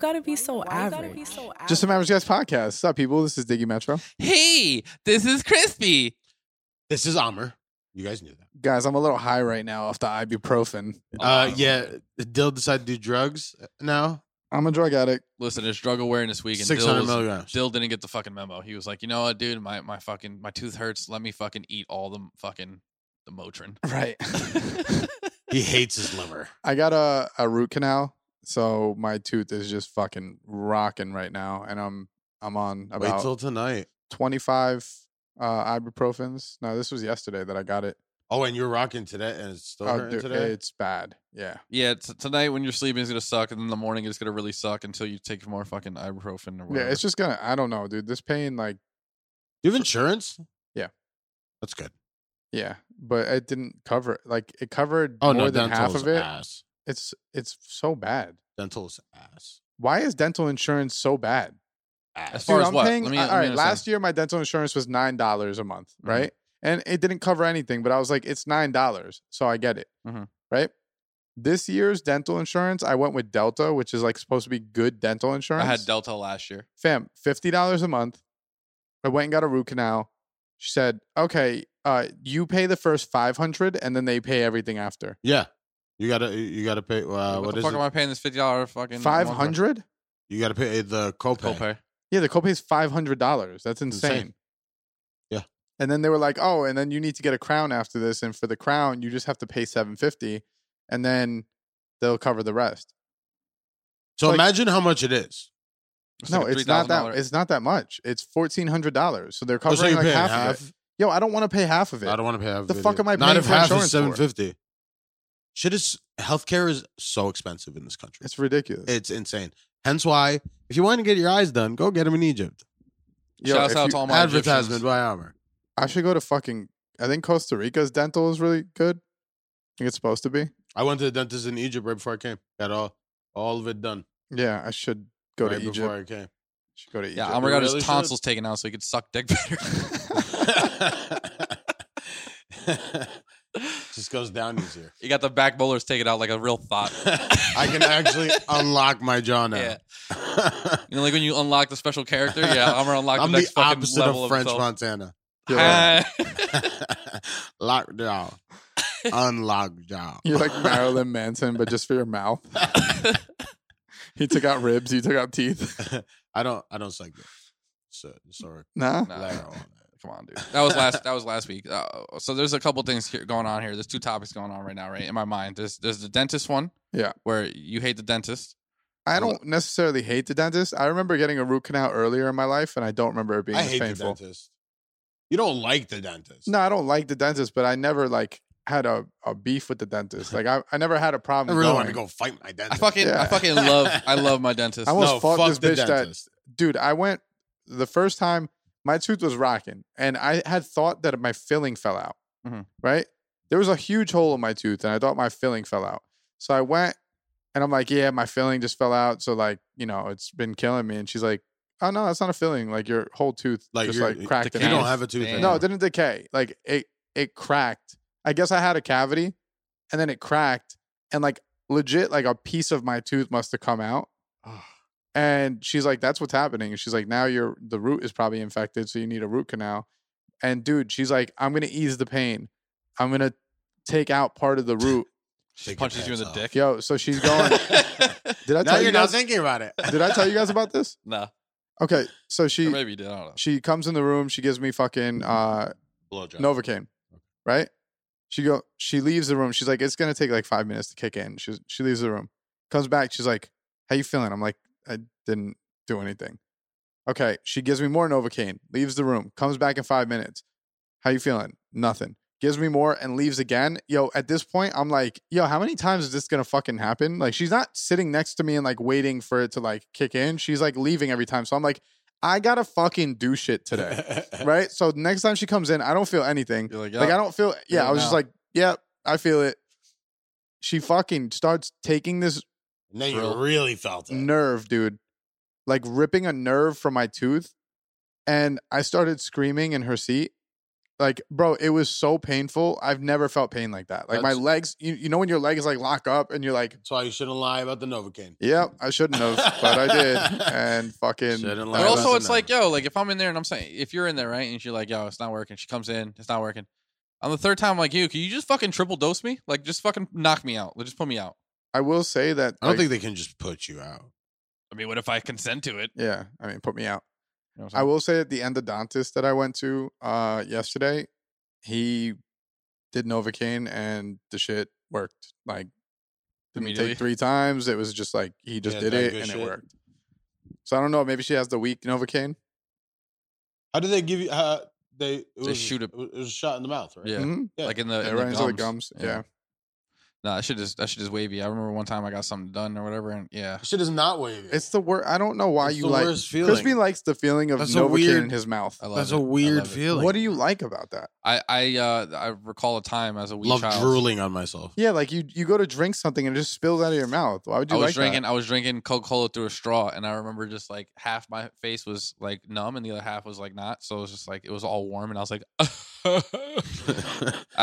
gotta be so average? Just some average guys podcast. What's up, people? This is Diggy Metro. Hey, this is Crispy. This is Amr. You guys knew that. Guys, I'm a little high right now off the ibuprofen. Uh, yeah, Dill decided to do drugs uh, now. I'm a drug addict. Listen, it's drug awareness week, and Six hundred Dill's- milligrams. Dill didn't get the fucking memo. He was like, you know what, dude, my my fucking my tooth hurts. Let me fucking eat all the fucking the Motrin. Right. He hates his liver. I got a, a root canal, so my tooth is just fucking rocking right now, and I'm I'm on Wait about till tonight. 25 uh, ibuprofens. No, this was yesterday that I got it. Oh, and you're rocking today, and it's still Uh, hurting dude, today. It's bad. Yeah. yeah, t- tonight when you're sleeping is gonna suck, and then in the morning it's gonna really suck until you take more fucking ibuprofen or whatever. Yeah. It's just gonna. I don't know, dude. This pain, like, Do you have insurance? Yeah. that's good. yeah, but it didn't cover. Like, it covered more Oh no, than dental half is of it. ass. It's it's so bad. Dental is ass. Why is dental insurance so bad? As Ass. far Dude, as I'm what? paying. Let me- all let me right, understand. last year my dental insurance was nine dollars a month, Mhm. right? And it didn't cover anything, but I was like, it's nine dollars, so I get it, Mhm. right? This year's dental insurance, I went with Delta, which is like supposed to be good dental insurance. I had Delta last year. Fam, fifty dollars a month. I went and got a root canal. She said, "Okay, uh, you pay the first five hundred, and then they pay everything after Yeah, you gotta you gotta pay. Uh, what what the is fuck it? am I paying this fifty dollar fucking five more for? hundred. You gotta pay the copay. copay? Yeah, the copay is five hundred dollars. That's Insane. insane. Yeah. And then they were like, "Oh, and then you need to get a crown after this, and for the crown, you just have to pay seven fifty, and then they'll cover the rest." So Like- imagine how much it is. no, like a it's not that. $3,000 It's not that much. It's fourteen hundred dollars. So they're Oh, covering so you're like paying half, half. of it. Yo, I don't want to pay half of it. I don't want to pay half. The of it fuck either. am I Not paying if for half insurance is for? seven fifty. Shit is healthcare is so expensive in this country. It's ridiculous. It's insane. Hence why, if you want to get your eyes done, go get them in Egypt. Yo, Shouts if out you- to all my Advertisement Egyptians. by Armor. I should go to fucking. I think Costa Rica's dental is really good. I think it's supposed to be. I went to the dentist in Egypt right before I came. Got all all of it done Yeah, I should go right to Egypt. before I came. should go to Egypt. Yeah, Amr got really his should. tonsils taken out so he could suck dick better. Just goes down easier. he got the back molars taken out like a real thought. I can actually unlock my jaw now. Yeah. You know, like when you unlock the special character. Yeah, Amr unlocked I'm the the next fucking opposite level of French himself. Montana. You're like, Hi. Lock jaw, unlock jaw. you're like Marilyn Manson, but just for your mouth. He took out ribs. He took out teeth. I don't. I don't suck. dick. So sorry. Nah. Nah. Later on. Come on, dude. That was last. That was last week. Uh, so there's a couple things here going on here. There's two topics going on right now, right? In my mind, there's there's the dentist one. Yeah. Where you hate the dentist. I don't necessarily hate the dentist. I remember getting a root canal earlier in my life, and I don't remember it being I as hate painful. the dentist. You don't like the dentist. No, I don't like the dentist, but I never like had a, a beef with the dentist. Like I, I never had a I problem. really going. want to go fight my I dentist. fucking I Yeah. fucking love I love my dentist. I almost no, fought fuck this the bitch that- dentist. Dude, I went the first time. My tooth was rocking, and I had thought that my filling fell out. Mm-hmm. Mhm. Right there was a huge hole in my tooth, and I thought my filling fell out. So I went, and I'm like, "Yeah, my filling just fell out." So like, you know, it's been killing me. And she's like, "Oh no, that's not a filling. Like your whole tooth Like, just you're- like cracked." the in You half." don't have a tooth. Damn. anymore. No, it didn't decay. Like it it cracked. I guess I had a cavity and then it cracked and like legit like a piece of my tooth must have come out. And she's like, that's what's happening. And she's like, now your the root is probably infected, so you need a root canal. And dude, she's like, I'm gonna ease the pain. I'm gonna take out part of the root. she Take your punches you in the pants dick. Yo, so she's going. Did I now tell you're you not guys? thinking about it. Did I tell you guys about this? Nah. Okay, so Or she maybe you did. I don't know. she comes in the room. She gives me Mm-hmm. fucking uh Blowjob. Novocaine, right? She go. She leaves the room. She's like, it's gonna take like five minutes to kick in. She she leaves the room, comes back. She's like, how you feeling? I'm like, I didn't do anything. Okay. She gives me more Novocaine. Leaves the room. Comes back in five minutes. How you feeling? Nothing. Gives me more and leaves again. Yo, at this point, I'm like, yo, how many times is this gonna fucking happen? Like, she's not sitting next to me and like waiting for it to like kick in. She's like leaving every time. So I'm like, I gotta fucking do shit today right? So next time she comes in, I don't feel anything. You're like, Like "Yup." I don't feel. You're Yeah, I was just now. like, yep, I feel it. She fucking starts taking this Now you Real. really felt it. nerve, dude, like ripping a nerve from my tooth, and I started screaming in her seat. like bro it was so painful i've never felt pain like that like my That's- legs you, you know when your legs like lock up and you're like That's why you shouldn't lie about the Novocaine. yep i shouldn't have but i did and fucking Shouldn't But Right, also, it's that's enough. like, yo, like if I'm in there and I'm saying, if you're in there, right, and she's like, yo, it's not working. She comes in, it's not working. On the third time, I'm like, you, can you just fucking triple dose me? Like, just fucking knock me out. Like, Just put me out. i will say that I don't like, think they can just put you out. I mean, what if I consent to it? yeah i mean put me out You know what I'm I saying? will say that the endodontist that I went to uh, yesterday, he did Novocaine and the shit worked. Like, didn't Immediately? take three times. It was just like he just Yeah, did that it good and shit. it worked. So I don't know. Maybe she has the weak Novocaine. How do they give you? Uh, they it They was, shoot a- It was a shot in the mouth, right? Yeah. Mhm. Yeah. Like in the, Yeah, in right into the the gums. gums. Yeah. Nah, that shit is that shit is wavy. I remember one time I got something done or whatever, and yeah, That shit is not wavy. it's the worst. I don't know why It's you the like. worst feeling. Crispy likes the feeling of That's a Novocaine weird- in his mouth. I love That's it. a I weird love it. feeling. What do you like about that? I I uh I recall a time as a wee Love child. drooling on myself. Yeah, like you you go to drink something and it just spills out of your mouth. Why would I you was like drinking. that? I was drinking Coca Cola through a straw, and I remember just like half my face was like numb, and the other half was like not. So it was just like it was all warm, and I was like, I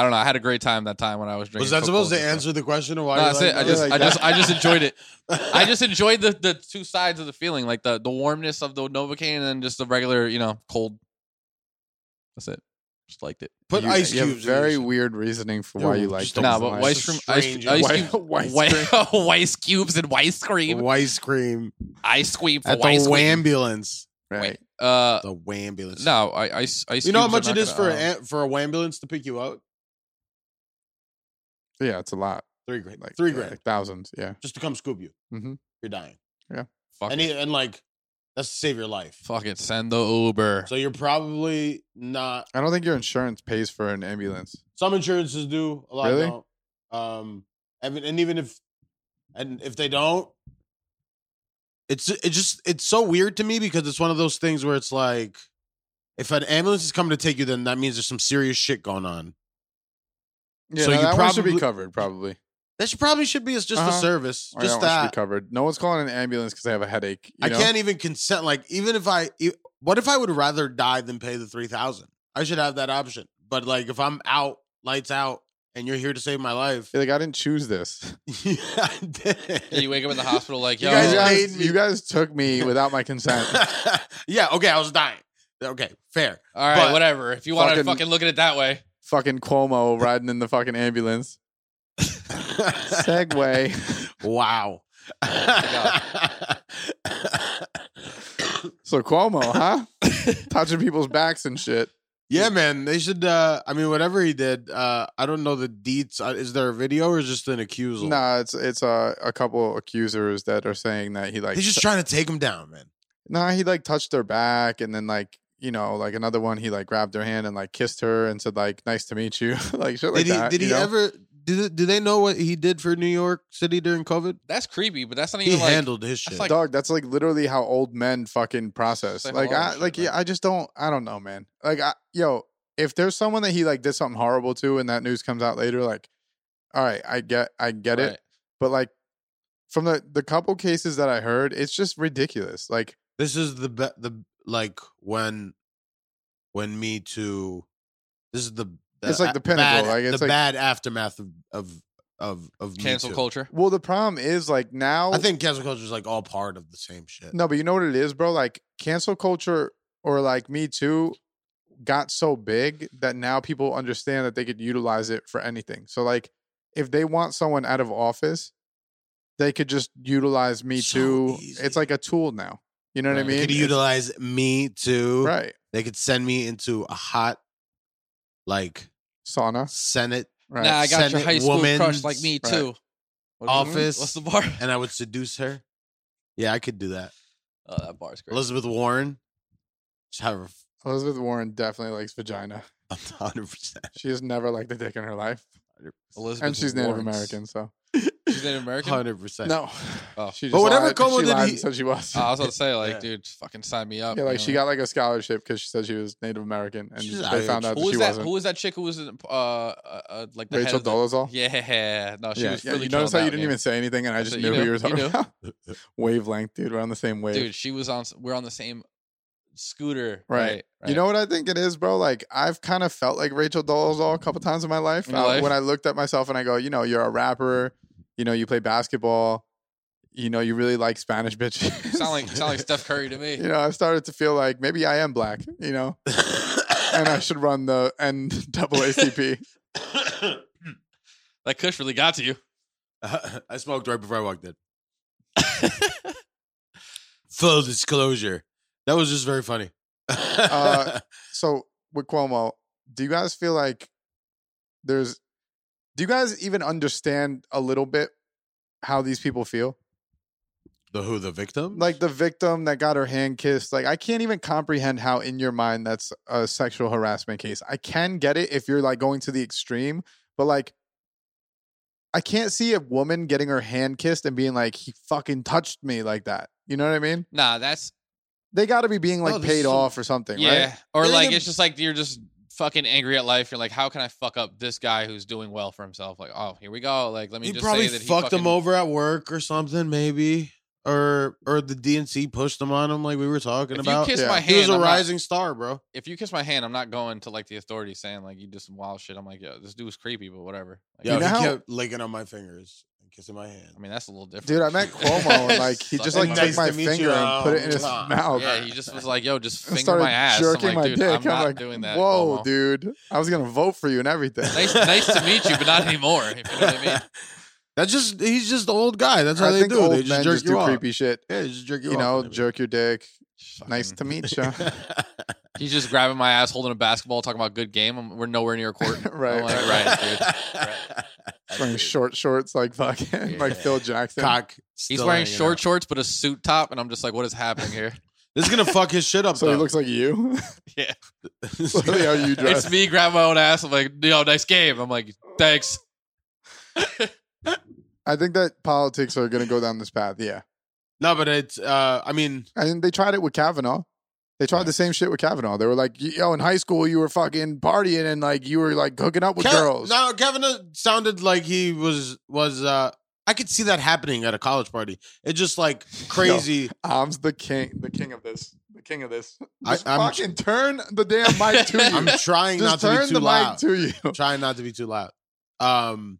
don't know. I had a great time that time when I was drinking. was that Coca-Cola supposed to through a straw. answer the question of why? No, you that's like it. I that? just, like I that? just, I just enjoyed it. I just enjoyed the the two sides of the feeling, like the the warmness of the novocaine, and then just the regular, you know, cold. That's it. Just liked it. put You- ice you have cubes. in Very your shit. weird reasoning for Yeah, why you well, like. just things Nah, in but life. Weiss It's cream, a ice, strange- ice, Oh, Why- cube, Weiss Weiss, Weiss Oh, cubes and Weiss cream, Ice cream ice cream for at the Weiss cream. wambulance. Right. Uh, The wambulance. no, I ice ice. you know how cubes are much it not is gonna- uh, for a, for a wambulance to pick you out? Yeah, it's a lot. Three grand. Like Three yeah, grand like thousands. Yeah. just to come scoop you. Mhm. You're dying, Fuck and it. he, and like that's to save your life. Fuck it. Send the Uber. So you're probably not. I don't think your insurance pays for an ambulance. Some insurances do. A lot Really? don't. Um, I mean, and even if and if they don't, it's it just it's so weird to me because it's one of those things where it's like, if an ambulance is coming to take you, then that means there's some serious shit going on. Yeah, So no, you that one should be probably- covered, probably. That should probably should be as just a Uh-huh. service, Or that, just one should that. be covered. No one's calling an ambulance because they have a headache. you I know? can't even consent. Like, even if I, e- what if I would rather die than pay the three thousand? I should have that option. But like, if I'm out, lights out, and you're here to save my life, You're Like I didn't choose this. yeah, I did. Yeah, you wake up in the hospital like, You yo, guys you, made guys, me- you guys took me without my consent. yeah, okay, I was dying. Okay, fair. all right, but- whatever. If you want to Fucking- fucking look at it that way, fucking Cuomo riding in the fucking ambulance. Segway. wow. So Cuomo, huh? Touching people's backs and shit. yeah, man. They should. uh I mean, whatever he did. uh I don't know the deets. Uh, is there a video or is just an accusal? Nah, it's it's uh, a couple accusers that are saying that he like He's just trying to take him down, man. Nah, he like touched her back and then like you know, like another one, he like grabbed her hand and like kissed her and said like "nice to meet you," like shit like did he? that. did you he know? ever? Did do they know what he did for New York City during COVID? that's creepy. But that's not He even like handled his shit. that's like- Dog, that's like literally how old men fucking process. Say Like, hello I and shit, like, yeah, right? I just don't, I don't know, man. Like, I, yo, if there's someone that he like did something horrible to, and that news comes out later, like, all right, I get, I get Right. it, but like, from the the couple cases that I heard, it's just ridiculous. Like, this is the be- the like when when Me Too. This is the, It's like the pinnacle, Bad, like, it's the like- bad aftermath of of of of Me cancel Too. culture. well, the problem is like now, I think cancel culture is like all part of the same shit. Oh. No, but you know what it is, bro? Like cancel culture or like Me Too got so big that now people understand that they could utilize it for anything. So like if they want someone out of office, they could just utilize Me So Too. easy. It's like a tool now. You know what I Right. mean? they could It's- utilize Me Too. right. They could send me into a hot like Sauna. Senate, Right. Nah, I got your Senate high school crush woman's- like me right. too. What is it? Office. What's the bar? and I would seduce her. Yeah, I could do that. Oh, that bar's great. Elizabeth Warren. Just have her Elizabeth Warren definitely likes vagina. hundred percent. She has never liked a dick in her life. Elizabeth And she's Native Warren's. American, so She's Native American. Uh, Hundred percent. no. Oh. She But whatever lied- Como she did, lied he- Oh, and said she was. I was about to say, like, Yeah. dude, fucking sign me up. Yeah, you like know? she got like a scholarship because she said she was Native American, and She's they Irish. found out that Who she was that? wasn't. Who was that chick who was in, uh, uh, uh, like the head Rachel of the- Dolezal. Yeah, no, she yeah, was yeah, really. you notice how killing that you didn't game. even say anything, and I just So you knew, knew- who you were you talking knew. about. Wavelength, dude. We're on the same wave. Dude, she was on. We're on the same scooter. Right. You know what I think it is, bro? Like I've kind of felt like Rachel Dolezal a couple times in my life. In your Uh, life? When I looked at myself and I go, you know, you're a rapper, you know, you play basketball, you know, you really like Spanish bitches. sound like sound like Steph Curry to me. you know, I started to feel like maybe I am black, you know, and I should run the NAACP. That Kush really got to you. I smoked right before I walked in. Full disclosure. That was just very funny. Uh, so with Cuomo, do you guys feel like there's? Do you guys even understand a little bit how these people feel? the who, the victim? like the victim that got her hand kissed like i can't even comprehend how in your mind that's a sexual harassment case i can get it if you're like going to the extreme but like i can't see a woman getting her hand kissed and being like he fucking touched me like that you know what i mean Nah, that's they got to be being like Oh, there's paid some- off or something yeah. right Or They like didn't- it's just like you're just fucking angry at life. You're like, how can I fuck up this guy who's doing well for himself? Like, oh, here we go. Like, let me he just probably say that fucked he him fucking- over at work or something, maybe. Or or the DNC pushed him on him like we were talking If you about. kiss Yeah. my he was hand, a I'm not- rising star, bro. if you kiss my hand, I'm not going to like the authorities saying like you did some wild shit. I'm like, yo, this dude was creepy, but whatever. Like, Yeah, You know he how- kept licking on my fingers and kissing my hand. I mean, that's a little different. dude i met cuomo and like he just Suck like my- took Nice my to meet you. finger and put it in his Oh, mouth Yeah, he just was like, yo, just and finger started my ass. jerking I'm my like, dude, dick I'm not like doing that. whoa Cuomo." dude i was gonna vote for you and everything Nice, nice to meet you, but not anymore. If you know what I mean. That's just he's just the old guy. That's how i they think do. old They just men jerk just you do off. creepy shit Yeah, they just jerk you, you off Mm-hmm. know, and everything. jerk your dick. Nice Fucking- to meet you. He's just grabbing my ass, holding a basketball, talking about good game. I'm- we're nowhere near court. Right, I'm like, right, right, dude. Wearing short shorts like fucking like Yeah. Phil Jackson. Cock. He's still wearing hanging short out. shorts but a suit top, and I'm just like, what is happening here? This is gonna fuck his shit up. So though. he looks like you. yeah, Literally how you dress. it's me grabbing my own ass. I'm like, yo, nice game. I'm like, thanks. I think that politics are gonna go down this path. Yeah, No, but it's. Uh, I mean, and they tried it with Kavanaugh. They tried the same shit with Kavanaugh. They were like, "Yo, in high school, you were fucking partying and like you were like hooking up with Kev- girls." No, Kevin uh, sounded like he was was. uh I could see that happening at a college party. It's just like crazy. I'm the king, the king of this, the king of this. I- Just I'm- fucking turn the damn mic to you. I'm trying Just not to turn be too the loud. mic to you. trying not to be too loud. Um,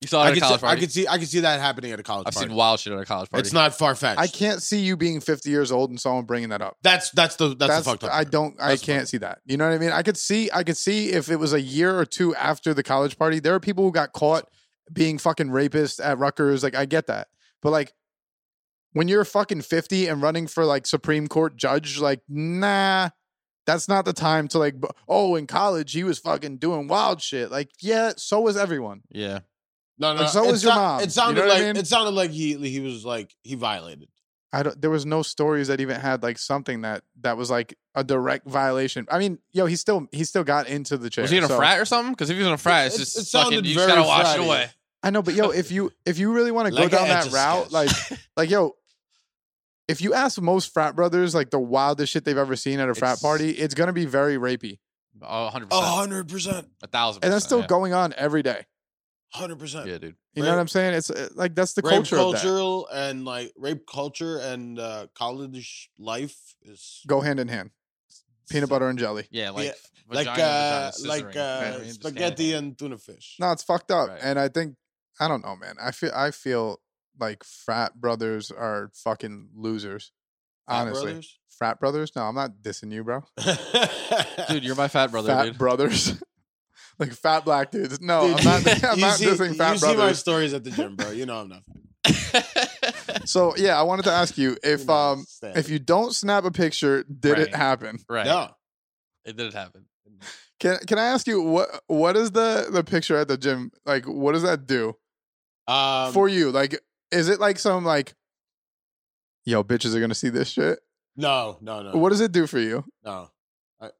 You saw it I at a could, college see, I party. could see I could see that happening at a college I've party. seen wild shit at a college party. It's not far I fetched. can't see you being 50 years old and someone bringing that up. That's that's the that's, the fucked up. I part. don't. I That's can't fucked. see that. You know what I mean? I could see. I could see if it was a year or two after the college party. There are people who got caught being fucking rapists at Rutgers. Like I get that, but like when you're fucking 50 and running for like Supreme Court judge, like nah. That's not the time to like. b- Oh, in college he was fucking doing wild shit. Like, yeah, so was everyone. yeah. No, no. Like, so it was your sou- mom. You It sounded know what I like mean? it sounded like he he was like he violated. I don't. There was no stories that even had like something that that was like a direct violation. I mean, yo, he still he still got into the chair. Was he in a so- frat or something? Because if he was in a frat, it's It- just it fucking. sounded You just very gotta wash it fratty. away. I know, but yo, if you if you really want to Like go a down that etch-a-sketch. route, like like yo, if you ask most frat brothers like the wildest shit they've ever seen at a frat It's- party, it's gonna be very rapey, Oh, 100 percent, hundred percent, a thousand. and that's still yeah. going on every day. hundred percent. Yeah, dude. You know Right. what I'm saying? It's uh, like that's the rape culture. of that. cultural and like rape culture and uh, college life is Go hand in hand. Peanut butter and jelly. Yeah, like Yeah, like vagina, vagina, uh, scissoring, like you know what I mean? uh, Just hand in spaghetti hand. and tuna fish. No, it's fucked up. Right. And I think I don't know, man. I feel I feel like frat brothers are fucking losers. Fat honestly. Brothers? Frat brothers? No, I'm not dissing you, bro. dude, you're my fat brother, fat dude. brothers. like fat black dudes. No, Dude, I'm not you- I'm you not see- dissing You fat see my brothers. stories at the gym, bro. You know I'm not. fat. So yeah, I wanted to ask you You if know um it's sad. if you don't snap a picture, did Right. it happen? right? no, It didn't happen. Can can I ask you what what is the the picture at the gym like what does that do? um, for you? Like, is it like some like, yo, bitches are gonna see this shit? no, no, no, What does it do for you? no. I,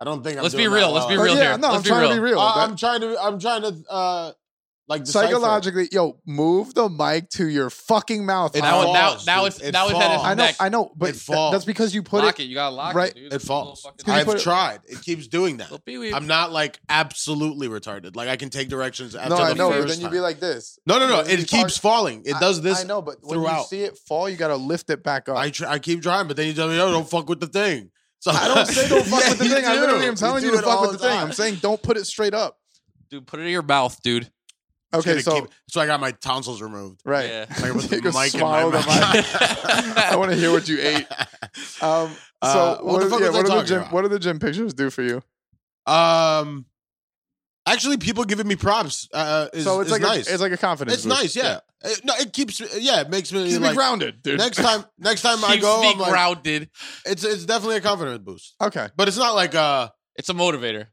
I don't think. I'm Let's be doing that real, let's well. be real yeah, here. no, Let's I'm be trying real. to be real. Uh, That- I'm trying to. I'm trying to. Uh, Like decipher. Psychologically, yo, move the mic to your fucking mouth. It now, Howard. falls, now, now dude. it's It now it's at his falls. I know, neck. I know, but It th- falls. that's because you put lock it. it. You gotta lock right- it, dude. It This little falls. fucking- you I've put it- tried. It keeps doing that. Little peewee. I'm not like absolutely retarded. Like I can take directions after No, the I know. first But then you'd time. be like this. no, no, no. then you It keeps talk- falling. It does this. I know, but when you throughout. see it fall, you gotta lift it back up. I tr- I keep trying, but then you tell me, "Oh, don't fuck with the thing." So I don't say don't fuck Yeah, with the you thing. I do. literally am telling you, do to it fuck all with the thing. time. I'm saying don't put it straight up. dude, put it in your mouth, dude. Just Okay, gotta so keep- so I got my tonsils removed. right, Yeah. Like, with the You go mic in my swallow the mouth. mic. I want to hear what you ate. Um, so what, Uh, what the are- fuck yeah, was I what are the talking gym? about? What do the gym pictures do for you? um, actually, people giving me props uh, is, so it's is like nice. A, it's like a confidence. It's boost. nice, yeah. It- no, it keeps. Yeah, it makes me Keep me like. grounded, dude. Next time, next time I Keeps go, me I'm like, grounded. it's it's definitely a confidence boost, okay. but it's not like uh It's a motivator.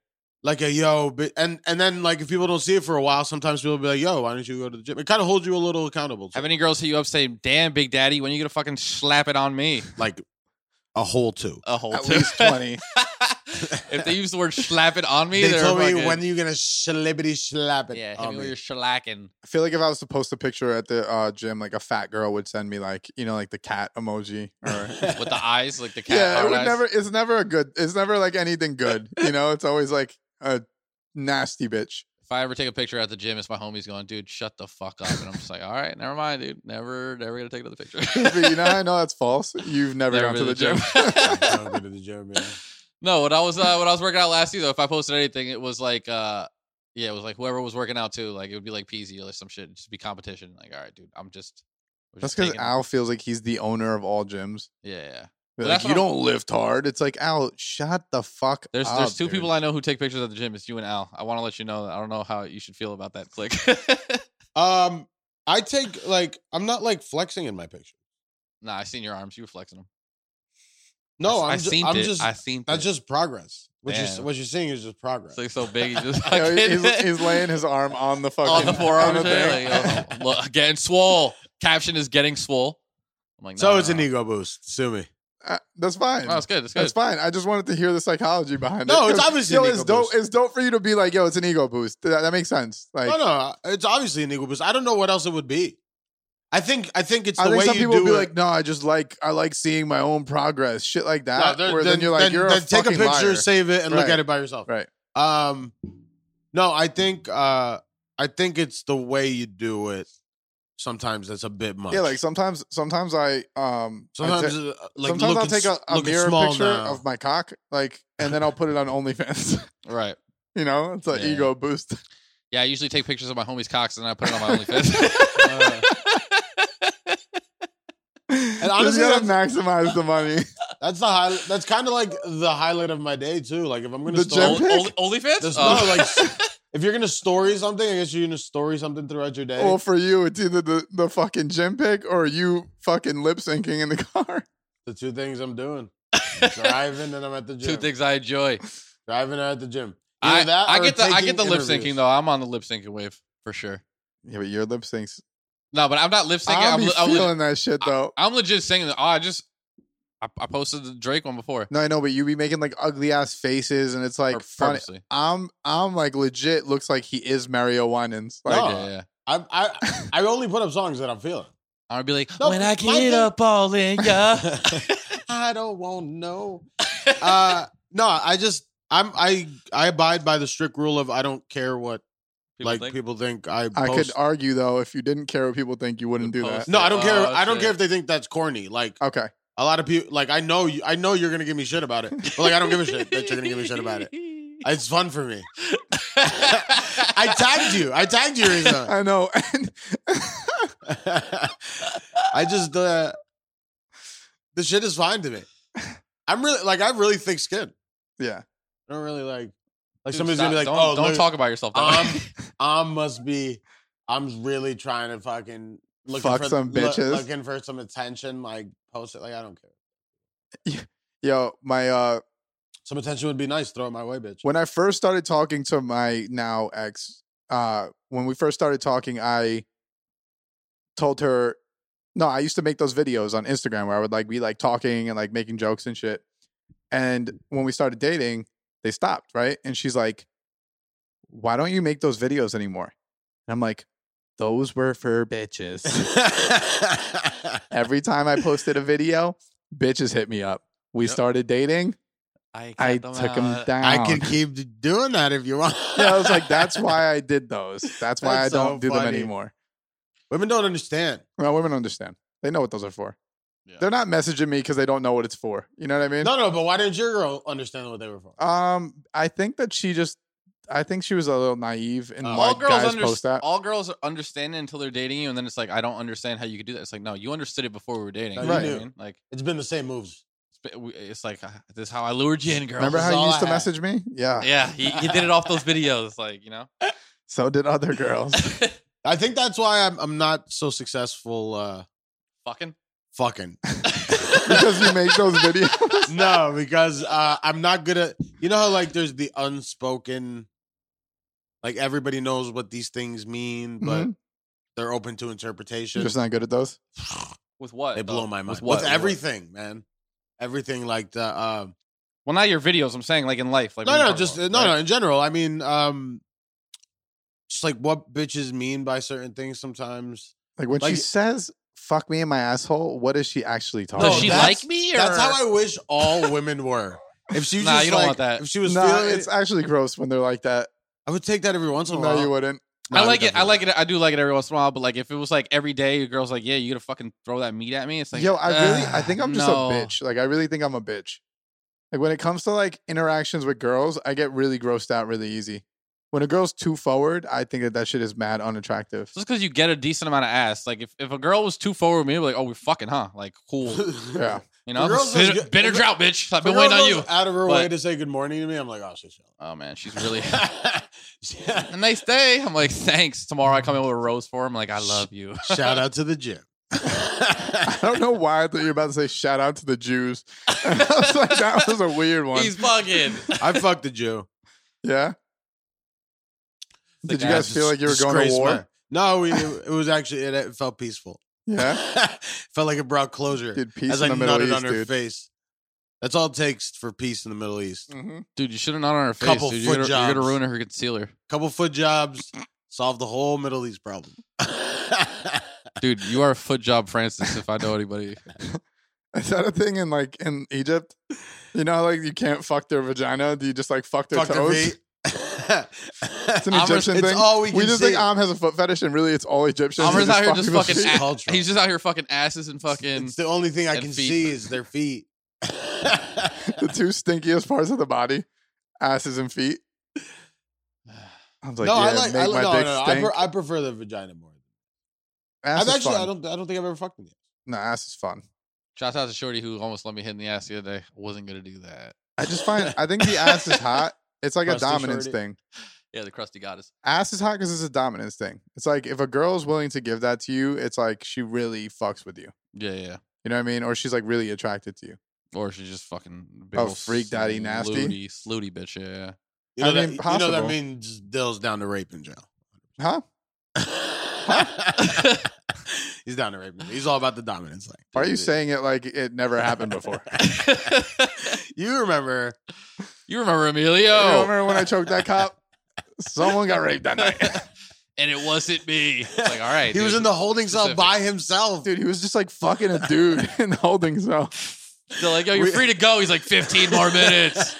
like a yo. But, and and then like if people don't see it for a while, sometimes people be like, yo, why don't you go to the gym? It kind of holds you a little accountable, to, Have any girls hit you up saying, "Damn, Big Daddy, when are you gonna fucking slap it on me?" like a whole two. A whole At two. least twenty. if they use the word "slap it on me," They they're told me fucking- when are you gonna shlibbity slap it. Yeah, hit on me me?" with your shellacking. I feel like if I was to post a picture at the uh, gym, like a fat girl would send me like you know like the cat emoji or with the eyes, like the cat. yeah. It hard would eyes. never. It's never a good. It's never like anything good. You know. It's always like a nasty bitch. If I ever take a picture at the gym, it's my homies going, "Dude, shut the fuck up," and I'm just like, "All right, never mind, dude. Never, never gonna take another picture." but you know, I know that's false. You've never, Never gone to been the to gym. the I don't go to the gym, yeah. no, when I was uh, when I was working out last year, though, if I posted anything, it was like, uh, yeah, it was like whoever was working out too. Like it would be like Peasy or some shit. It'd Just be competition. Like, all right, dude, I'm just. we're that's just because taking- Al feels like he's the owner of all gyms. Yeah, yeah. They're Well, like that's you what I'm- don't lift hard. It's like Al, shut the fuck. There's up, there's two dude. people I know who take pictures at the gym. It's you and Al. I want to let you know. I don't know how you should feel about that click. Um, I take like I'm not like flexing in my picture. nah, I seen your arms. You were flexing them. No, I, I'm, I just, seen I'm it. just I seen. that's it. just progress. What Yeah. you what you're seeing is just It's progress. like so big. You just You know, fucking he's, he's laying his arm on the fucking on the forearm. on the there, thing. like, oh, look, getting swole. Caption is getting swole. I'm like, so nah, it's nah, an nah. ego boost. Sue me. Uh, that's fine. No, it's Oh, good. It's good. That's fine. I just wanted to hear the psychology behind it. No, it's 'Cause, obviously yo, an it's ego dope. boost. It's dope for you to be like, yo, it's an ego boost. That, that makes sense. Like, no, no, it's obviously an ego boost. I don't know what else it would be. I think I think it's the I think way some you people would do be it. like, no, I just like, I like seeing my own progress, shit like Yeah, that. where then, you're like, you're a then take a fucking picture, liar. save it, and look Right. at it by yourself. Right. Um, no, I think uh, I think it's the way you do it. Sometimes that's a bit much. Yeah, like sometimes, sometimes I, um, I sometimes, ta- uh, like sometimes I'll looking take a, s- a looking mirror small picture now. of my cock, like, and then I'll put it on OnlyFans. right. you know, it's an Yeah. ego boost. Yeah, I usually take pictures of my homies' cocks and then I put it on my OnlyFans. Uh, And honestly, you gotta maximize the money. That's the high. That's kind of like the highlight of my day too. Like if I'm gonna The store, gym pic? Only- OnlyFans? There's Oh. no, like, s- if you're gonna story something, I guess you're gonna story something throughout your day. Well, for you, it's either the, the fucking gym pick or you fucking lip syncing in the car. the two things I'm doing: I'm driving and I'm at the two gym. things I enjoy. Driving and at the gym. Either I, that I or get the I taking get the lip interviews. syncing though. I'm on the lip syncing wave for sure. Yeah, but your lip syncs. No, but I'm not lip syncing. I'll I'm, be le- I'm, le- feeling that shit though. I'm legit singing. Oh, I just I, I posted the Drake one before. no, I know, but you be making like ugly ass faces, and it's like Pur- funny. purposely. I'm I'm like legit looks like he is Mario Winans. Like, No. Yeah, yeah. I, I I only put up songs that I'm feeling. I would be like, No, when I my get thing- up all in ya. I don't want no. Uh, no, I just I'm I I abide by the strict rule of I don't care what like think- people think I. I post. could argue though, if you didn't care what people think, you wouldn't do that. post. no, I don't care. Oh, I don't shit. Uh, care if they think that's corny. Like Okay, a lot of people, like I know you. I know you're gonna give me shit about it, but like I don't give a shit that you're gonna give me shit about it. It's fun for me. I tagged you. I tagged you, Riza. I know. And I just uh, the shit is fine to me. I'm really like I have really thick skin. yeah, I don't really like like Dude, somebody's stop. gonna be like, don't, oh, don't look, talk about yourself. That Um, way. I must be. I'm really trying to fucking look Fuck for, some loo- bitches. looking for some attention. Like post it. Like I don't care. yo, my uh, Some attention would be nice. Throw it my way, bitch. when I first started talking to my now ex, uh, when we first started talking, I told her, no, I used to make those videos on Instagram where I would like be like talking and like making jokes and shit. And when we started dating, they stopped, right? And she's like, why don't you make those videos anymore? And I'm like, those were for bitches. Every time I posted a video, bitches hit me up. We Yep. started dating. I, I took them down. I could keep doing that if you want. yeah, I was like, that's why I did those. That's why That's I don't so do them funny. anymore. Women don't understand. Well, women understand. They know what those are for. Yeah. They're not messaging me because they don't know what it's for. You know what I mean? No, no, but why didn't your girl understand what they were for? Um, I think that she just, I think she was a little naive and Uh, why all girls guys under- post that. all girls understand it until they're dating you, and then it's like I don't understand how you could do that. It's like no, you understood it before we were dating. No, you know you what I knew. mean? Like It's been the same moves. it's been- we- it's like ah, this is how I lured you in, girl. Remember this how is you all used I to had. message me? Yeah. yeah, he, he did it off those videos. Like you know, So did other girls. I think that's why I'm I'm not so successful uh fucking. fucking. because you make those videos. no, because uh I'm not good at you know how like there's the unspoken like everybody knows what these things mean, but Mm-hmm. Mhm. they're open to interpretation. You're just not good at those. With what? they though? blow my mind. With, what? everything, man. Everything like the uh Well, not your videos. I'm saying like in life. Like no, what you're no, talking just about, no, right? no. In general, I mean, um, just like what bitches mean by certain things sometimes. Like when she Like- says "fuck me in my asshole," what is she actually talking? No, Does she about? that's- like me? Or? That's how I wish all women were. If she was Nah, just you don't like- want that. If she was Nah, feeling, it's actually gross when they're like that. I would take that every once in a while. No, you wouldn't. No, I like it. I definitely. like it. I do like it every once in a while. But like, if it was like every day, your girl's like, "Yeah, you gotta fucking throw that meat at me." It's like, Yo, I really, "Ah, I think I'm just no." a bitch. Like, I really think I'm a bitch. Like, when it comes to like interactions with girls, I get really grossed out really easy. When a girl's too forward, I think that that shit is mad unattractive. Just because you get a decent amount of ass. Like, if, if a girl was too forward with me, I'd be like, "Oh, we're fucking, huh?" Like, cool. Yeah. You know, girls bitter, was good- bitter if a- drought, bitch. I've If a been waiting girl on you. goes Out of her But- way to say good morning to me, I'm like, oh, she's chill. Oh man, she's really a Shout nice day. I'm like, thanks. Tomorrow I come in with a rose for him. Like, I love you. out to the gym. I don't know why I thought you were about to say shout out to the Jews. And I was like, that was a weird one. He's fucking. I fucked the Jew. yeah. Did you guys Just feel like you were going to disgraced war? my- no, we, it was actually it, it felt peaceful. Yeah. felt like it brought closure. Dude, peace as in the I Middle nutted East, on her dude. face. That's all it takes for peace in the Middle East. hmm Dude, you should have not on her face. Couple dude. foot you're, gonna, you're jobs. gonna ruin her concealer. Couple foot jobs solve the whole Middle East problem. Dude, you are a foot job, Francis, if I know anybody. Is that a thing in like in Egypt? You know, how, like you can't fuck their vagina. Do you just like fuck their Fuck their toes? feet. It's an Amr- Egyptian it's thing. all we can just see. think Am has a foot fetish, and really, it's all Egyptians. Amr's who out here fuck just people's fucking feet. It's cultural. He's just out here fucking asses and fucking. it's the only thing I and can feet. see is their feet. the two stinkiest parts of the body, asses and feet. I was like, no, yeah, I like. make I, my like- no, dick no, no. I, stink. pre- I prefer the vagina more. ass I've is actually. fun. I don't. I don't think I've ever fucked in the No, ass is fun. Shout out to Shorty who almost let me hit in the ass the other day. Wasn't gonna do that. I just find I think the ass is hot. It's like a Crusty dominance shorty. thing. Yeah, the crusty goddess. Ass is hot because it's a dominance thing. It's like if a girl's willing to give that to you, it's like she really fucks with you. Yeah, yeah. You know what I mean? Or she's like really attracted to you. Or she's just fucking big Oh, ol' freak daddy nasty? slutty- Slutty bitch. Yeah, yeah. You I know, mean, that, you know that possible. means Dill's down to rape in jail. Huh? He's down to rape. me. He's all about the dominance thing. Why are you Dude, saying it like it never happened before? you remember? You remember You know, Emilio? remember when I choked that cop? Someone got raped that night. and it wasn't me. It's like, all right. he was dude. in the holding cell specific. by himself. Dude, he was just like fucking a dude in the holding cell. They're like, yo, you're We- free to go. He's like, 15 more minutes.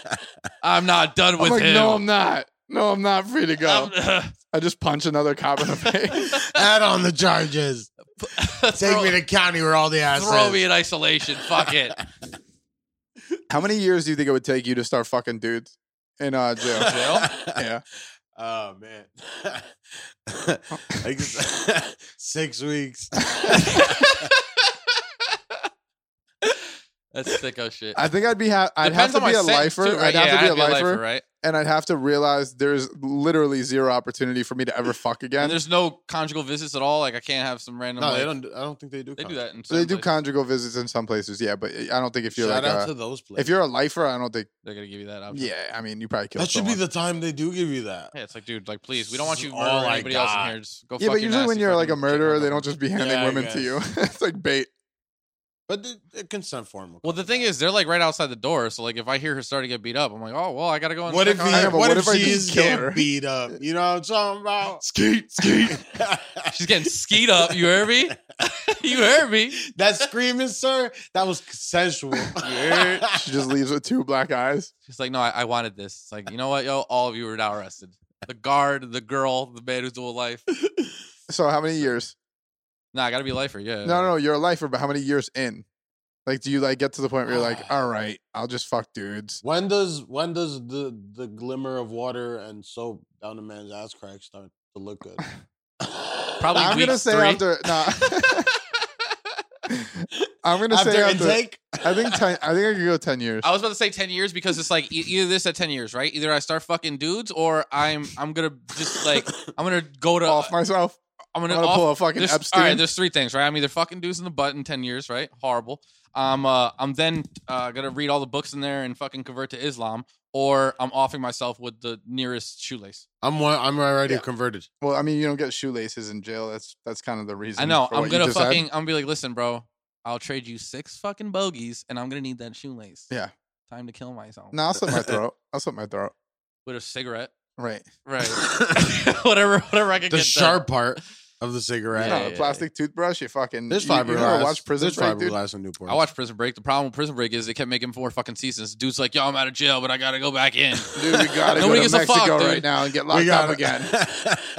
I'm not done I'm with like, him. no, I'm not. No, I'm not free to go. I'm- I just punch another cop in the face. Add on the charges. Take throw, me to county where all the ass. throw is. me in isolation. Fuck it. How many years do you think it would take you to start fucking dudes in uh, jail? Yeah. Oh man. like s- six weeks. That's sicko shit. I think I'd be ha- I'd Depends have to on be my a sex, lifer. too, right? I'd have Yeah, to be I'd a lifer, right? and I'd have to realize there's literally zero opportunity for me to ever fuck And again. there's no conjugal visits at all. Like I can't have some random. No, like- they don't. do- I don't think they do. They do county. that. In So they some do places. conjugal visits in some places, yeah, but eh, I don't think if you're Shout like out a, to those places. if you're a lifer, I don't think. They're gonna give you that option. Yeah, I mean, you probably kill. that should be someone. the time they do give you that. Yeah, it's like, dude, like, please, we don't want This you is all murdering I anybody else got. in here. Just go. Yeah, fuck but your usually when nasty you're like a fucking shit murderer, they mother. don't just be handing Yeah, I women to you. it's like bait. But the, the consent form. will Well, cover the thing that. is, they're like right outside the door. So like, if I hear her start to get beat up, I'm like, oh well, I gotta go. And what check if, on he, I her. know, but what, what if, if I she's do kill getting her? beat up? You know what I'm talking about? Skeet, skeet. she's getting skied up? You heard me? you heard me? that screaming, sir, that was consensual. Yeah. she just leaves with two black eyes. She's like, no, I, I wanted this. It's like, you know what, yo, all of you are now arrested. The guard, the girl, the man who's dual life. So how many years? Nah, I gotta be a lifer. Yeah. No, no, no. You're a lifer, but how many years in? Like, do you like get to the point where you're like, all right, I'll just fuck dudes? when does when does the the glimmer of water and soap down a man's ass crack start to look good? Probably I'm gonna week say three. after. Nah. I'm gonna after say after. intake. I think ten. I think I could go ten years. I was about to say ten years because it's like e- either this at ten years, right? Either I start fucking dudes or I'm I'm gonna just like I'm gonna go to off myself. I'm I'm gonna, gonna off- pull a fucking there's, Epstein. All right, there's three things, right? I'm either fucking dudes in the butt in ten years, right? Horrible. I'm uh I'm then uh gonna read all the books in there and fucking convert to Islam, or I'm offing myself with the nearest shoelace. I'm one, I'm already Yeah. converted. well, I mean, you don't get shoelaces in jail. That's that's kind of the reason. I know. for I'm what you gonna just said. fucking I'm gonna be like, listen, bro, I'll trade you six fucking bogeys and I'm gonna need that shoelace. Yeah. Time to kill myself. No, I'll slit my throat. I'll slit my throat. With a cigarette. Right. Right. whatever whatever I can the get done. sharp part of the cigarette. No, Yeah, a yeah, plastic toothbrush. You fucking. There's you- you fiberglass. ever watch Prison There's Break, dude? fiberglass in Newport. I watched Prison Break. The problem with Prison Break is they kept making more fucking seasons. Dude's like, yo, I'm out of jail, but I gotta go back in. Dude, we gotta Nobody go gives to a fuck, Mexico dude. right now and get locked up again.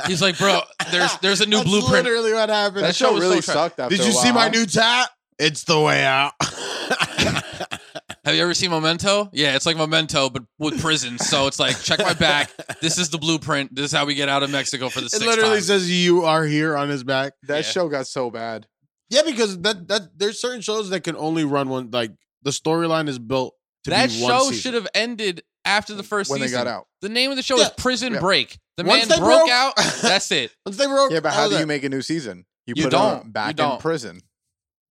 He's like, bro, there's there's a new That's blueprint. Literally, what happened. That That show show was really so trash. sucked. After Did you a see my while. new tat? It's the way out. Have you ever seen Memento? Yeah, it's like Memento, but with prison. So it's like, check my back. This is the blueprint. This is how we get out of Mexico for the It sixth literally time. says you are here on his back. That Yeah. show got so bad. Yeah, because that that there's certain shows that can only run one. Like the storyline is built to that be one show season. should have ended after the first when season. they got out. The name of the show Yeah. is Prison Yeah. Break. The man Once they broke, broke- out. That's it. Once they broke, Yeah, but how all do that- you make a new season? You, You put them don't. You back in don't. prison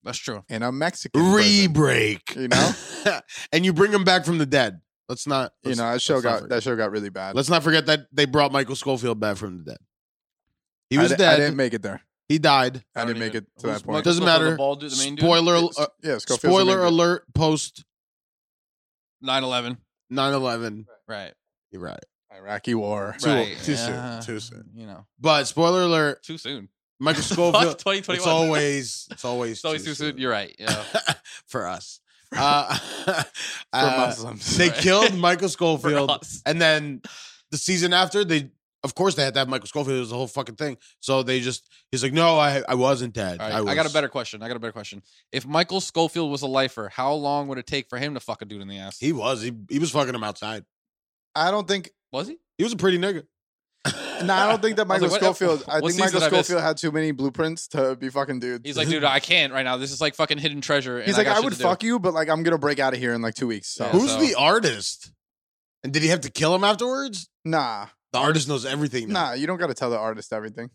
That's true. in a Mexican prison. re-break? You know? and you bring him back from the dead. Let's not. You let's- know that show let's not got forget. that show got really bad. Let's not forget that they brought Michael Schofield back from the dead. He I was di- I dead. didn't make it there. he died. I, don't didn't make even- it to who's that point. Michael Doesn't Scofield, matter. The bald dude, the main dude. Spoiler. It's- uh, yeah, Schofield's the main spoiler dude. alert. Post 9/11. 9/11. Right. You're right. Iraqi war. Too- right. too soon, Yeah. too soon. You know. But spoiler alert. Too soon. Michael Fuck Schofield. 2021. it's always. It's always. It's always too soon. You're right. Yeah. for us. Uh, For uh, Muslims. they Right. killed Michael For Schofield, us. and then the season after, they of course they had to have Michael Schofield. It was the whole fucking thing. So they just he's like, no, I I wasn't dead. All right, I, I, was. got a better question. I got a better question. If Michael Schofield was a lifer, how long would it take for him to fuck a dude in the ass? He was. He, he was fucking him outside. I don't think. was he? He was a pretty nigga. No, I don't think that I was Michael like, what- Schofield. I what think season Michael did I miss? Schofield had too many blueprints to be fucking dudes. He's like, dude, I can't right now. This is like fucking hidden treasure. and He's like, got I shit would to do." fuck you, but like, I'm gonna break out of here in like two weeks. So Yeah. Who's so- the artist? And did he have to kill him afterwards? nah, The artist knows everything. Now. nah, you don't got to tell the artist everything.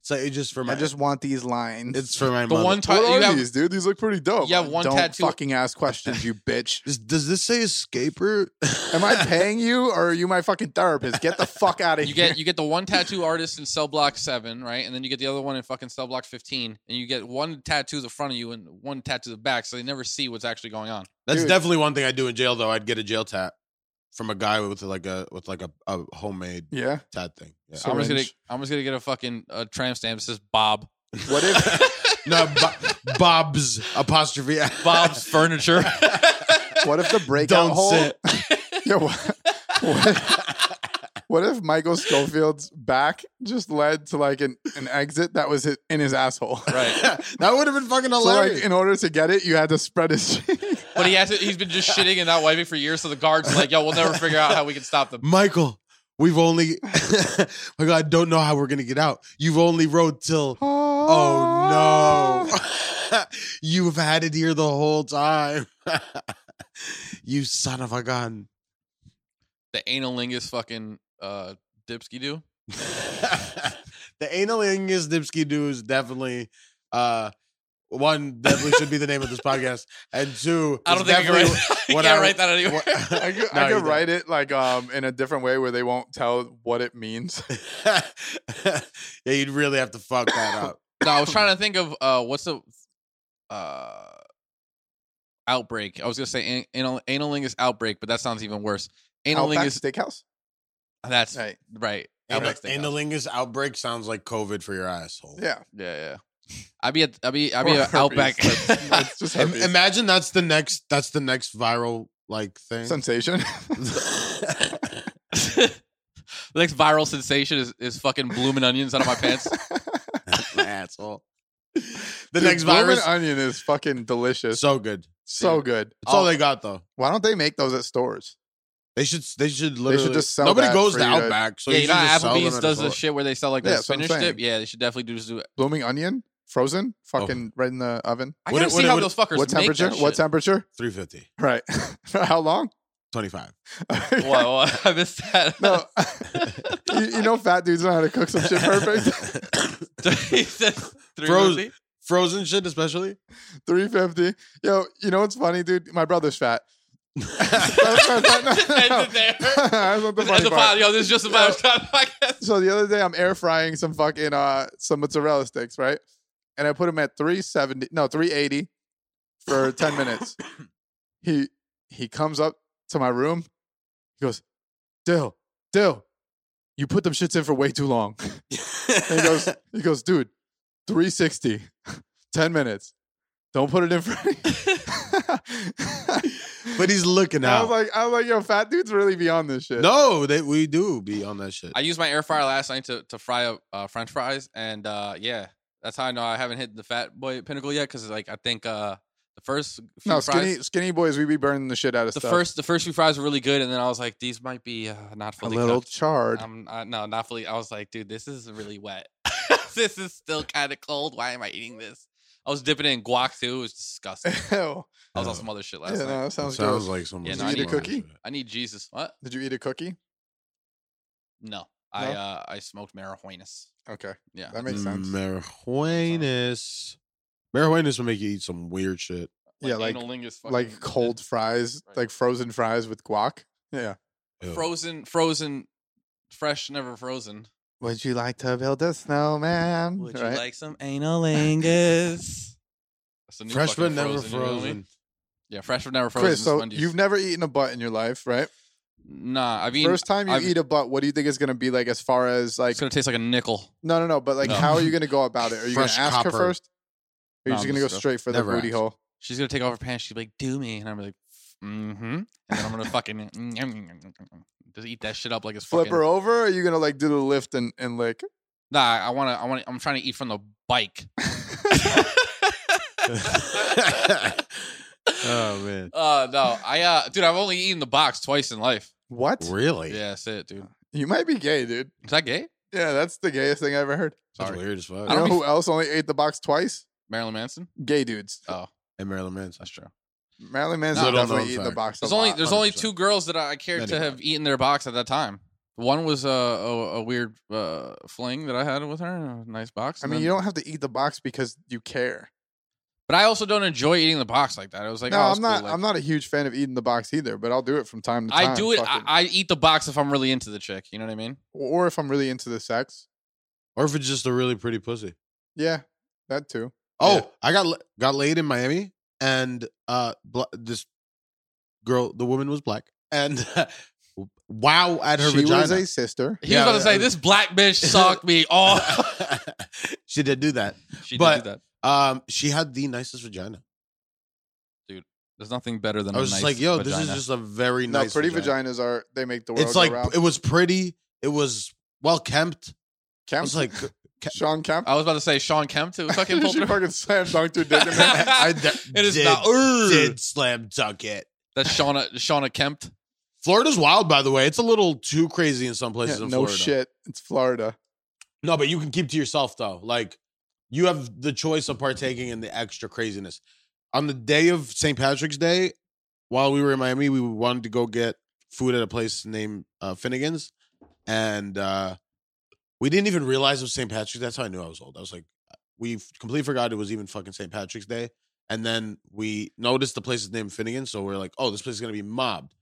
So it's just for my. I just want these lines. it's for my The mother. one what time are you have these, dude? These look pretty dope. You have one don't tattoo- fucking ask questions, you bitch. Does, does this say escape route? Am I paying you or are you my fucking therapist? Get the fuck out of you here. get you get the one tattoo artist in cell block seven, right? And then you get the other one in fucking cell block fifteen, and you get one tattoo the front of you and one tattoo the back, so they never see what's actually going on. That's Dude. definitely one thing I do in jail though. I'd get a jail tat from a guy with like a with like a, a homemade yeah. tat thing. Yeah. So- I'm just gonna Syringe. I'm just gonna get a fucking uh, tramp stamp that says Bob. What if no, Bo- Bob's apostrophe Bob's furniture. what if the breakout Don't hole? sit. Yeah, what, what, what if Michael Schofield's back just led to like an, an exit that was hit in his asshole? right. that would have been fucking So like hilarious. in order to get it, you had to spread his cheek. But he has he's been just shitting and not wiping for years, so the guards are like, yo, we'll never figure out how we can stop them. Michael, we've only my God, I don't know how we're gonna get out. You've only rode till oh no. You've had it here the whole time. you son of a gun. The analingus fucking uh dipsky do. the analingus dipsky do is definitely uh one definitely should be the name of this podcast and two I don't it's think I can write, definitely I what can't I- write that anywhere. what- I could, No, I you could don't. write it like um in a different way where they won't tell what it means. yeah you'd really have to fuck that up No, I was trying to think of uh what's the uh outbreak. I was gonna say an- anal- analingus outbreak, but that sounds even worse. Outback Analingus. Steakhouse. That's right. Right. Outback Anal- Steakhouse. analingus outbreak sounds like COVID for your asshole. Yeah. yeah, yeah. I'd be at. I'd be. I'd be Or at herpes. Outback. That's- that's just Im- herpes. imagine that's the next. That's the next viral like thing. sensation. the next viral sensation is, is fucking blooming onions out of my pants. My asshole. The Dude, next blooming virus. onion is fucking delicious. So, so good. good. Oh, That's all they got though. Why don't they make those at stores? They should. They should literally. just sell Nobody that goes for to you to- Outback. So yeah, you you know should how just sell them Applebee's at a does store. this shit where they sell like Yeah, the that's what I'm spinach dip. saying. Yeah, they should definitely do just do it. Blooming onion, frozen, fucking right in the oven. I What gotta it- see what it- how what it- those fuckers what make temperature? that What shit. temperature? 350, Right. For how long? 25. Whoa, whoa, I missed that. no. you, you know, fat dudes know how to cook some shit perfect. He said three Froze- fifty? Frozen shit, especially. Three fifty. Yo, you know what's funny, dude? My brother's fat. Just end it there. That's not the End funny the part. pod. Yo, this is just about time. I guess. so the other day I'm air frying some fucking uh some mozzarella sticks, right? And I put them at 370, no, 380 for 10 minutes. He he comes up to my room. He goes, Dill, Dill, you put them shits in for way too long. And he goes, he goes, dude, 360, 10 minutes. Don't put it in for but he's looking I was out. like, I was like, yo, fat dudes really be on this shit. no, they, we do be on that shit. I used my air fryer last night to to fry up uh, French fries, and uh, yeah, that's how I know I haven't hit the fat boy pinnacle yet. Because like I think uh, the first few No, fries, skinny skinny boys, we be burning the shit out of the stuff. first the first few fries were really good, and then I was like, these might be uh, not a fully little cooked. charred. Um, uh, no, not fully. I was like, dude, this is really wet. this is still kind of cold. Why am I eating this? I was dipping it in guac too. It was disgusting. Ew. I was on some other shit Yeah, last no, night. that sounds, Sounds, sounds good. like someone. Yeah, was no, I eating need- that shit. I need Jesus. What? Did you eat a cookie? No, I No? uh, I smoked marijuana. Okay, Yeah, that makes sense. Marijuanas. Marijuanas will make you eat some weird shit. yeah, like analingus fucking- like cold fries, Right. like frozen fries with guac. Yeah. Ew. frozen, frozen, fresh, never frozen. Would you like to build a snowman? Would right? you like some analingus? That's a new Fresh but fucking never you know what I mean? frozen. Yeah, fresh but never frozen. Chris, is so Wendy's. you've never eaten a butt in your life, right? nah. I've eaten. First time you I've- eat a butt, what do you think it's going to be like as far as like it's gonna taste like a nickel. no, no, no, but like No. how are you going to go about it? Are you going Fresh to ask copper. her first? Or are you No, just I'm going to go just go- straight for the never booty ask. hole? She's gonna take off her pants. She's like, "Do me," and I'm like, "Mm-hmm." And then I'm gonna mm, fucking mm, just eat that shit up like it's Flip fucking. her over? Or are you going to like do the lift and, and lick? Nah, I wanna, I wanna, I'm trying to eat from the bike. oh man, Uh no, I uh dude, I've only eaten the box twice in life. What? really? Yeah, that's it, dude. You might be gay, dude. Is that gay? Yeah, that's the gayest thing I ever heard. That's Sorry. weird as fuck. I You know don't be- who else only ate the box twice? Marilyn Manson? Gay dudes. Oh, and Marilyn Manson. that's true. Marilyn Manson No, I don't know, I'm definitely eaten the sorry. box. a There's only lot. there's only 100%. two girls that I care to Anyway. have eaten their box at that time. One was uh, a a weird uh, fling that I had with her, a nice box. I and mean, then- you don't have to eat the box because you care. but I also don't enjoy eating the box like that. I was like, no, oh, I'm not. I'm not a huge fan of eating the box either, but I'll do it from time to time. I do it. I, fucking- I eat the box if I'm really into the chick. You know what I mean? or if I'm really into the sex. Or if it's just a really pretty pussy. Yeah, that too. Oh, Yeah. I got la- got laid in Miami, and uh, bl- this girl, the woman was black, and wow, at her she vagina. was a sister. He Yeah, uh, was about to say I- this black bitch sucked me. Oh, she did do that. she did But- do that. Um, she had the nicest vagina. There's nothing better than I was a just nice like, yo, vagina. this is just a very No, nice. pretty vagina. vaginas are. They make the world. It's go like round. it was pretty. It was well kempt. I Kemp, was like, Sean Kemp. I was about to say Sean Kemp to fucking pull she through. fucking slam dunked her dick in there. I d- It is did, not. Urgh. did slam dunk it. That's Shauna Shauna Kemp. Florida's wild, by the way. It's a little too crazy in some places. Yeah, in no Florida. shit. It's Florida. No, but you can keep to yourself though. Like you have the choice of partaking in the extra craziness. On the day of St. Patrick's Day, while we were in Miami, we wanted to go get food at a place named uh, Finnegan's, and uh, we didn't even realize it was St. Patrick's. That's how I knew I was old. I was like, uh, we f- completely forgot it was even fucking St. Patrick's Day, and then we noticed the place is named Finnegan's, so we're like, oh, this place is gonna be mobbed.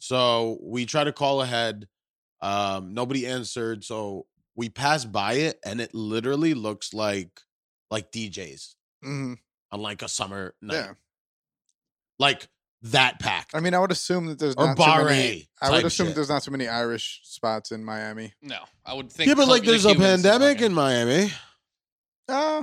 So we try to call ahead. Um, nobody answered, so we passed by it and it literally looks like like DJs Mhm. on like a summer night. Yeah. like that packed I mean, I would assume that there's or not bar too many. A. I would type assume shit. there's not too many Irish spots in Miami. No, I would think. yeah, but like the there's a humans are pandemic fucking- in Miami. Uh,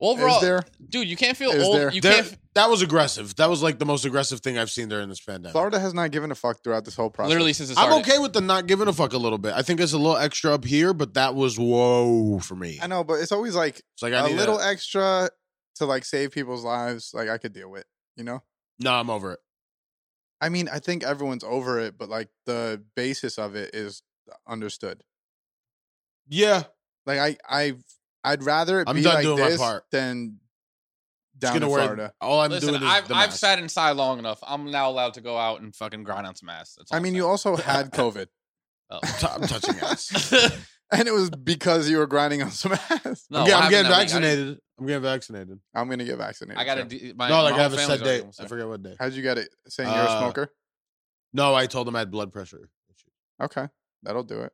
overall, is there? dude, you can't feel Is old. there? You There- can't. f- that was aggressive. That was like the most aggressive thing I've seen during this pandemic. Florida has not given a fuck throughout this whole process. Literally since it started. I'm okay with the not giving a fuck a little bit. I think it's a little extra up here, but that was whoa for me. I know, but it's always like It's like I a need little A, extra to like save people's lives. Like I could deal with, you know. no, I'm over it. I mean, I think everyone's over it, but like the basis of it is understood. Yeah, Like I, I, I'd rather it I'm be done like doing my this part. than just down gonna in wear. Florida. All I'm Listen, doing is I've, the I've mask. sat inside long enough. I'm now allowed to go out and fucking grind on some ass. That's all Oh. I mean, you also had COVID, T- I'm touching ass. also. and it was because you were grinding on some ass. no, I'm, what get- I'm happened that getting week? I didn't- vaccinated. I'm getting vaccinated. I'm gonna get vaccinated. I gotta. too. do eh, my, no, like my whole I have a family's set already date. almost I there. forget what day. How'd you get it? Saying you're a Uh, smoker. No, I told them I had blood pressure. Okay, that'll do it.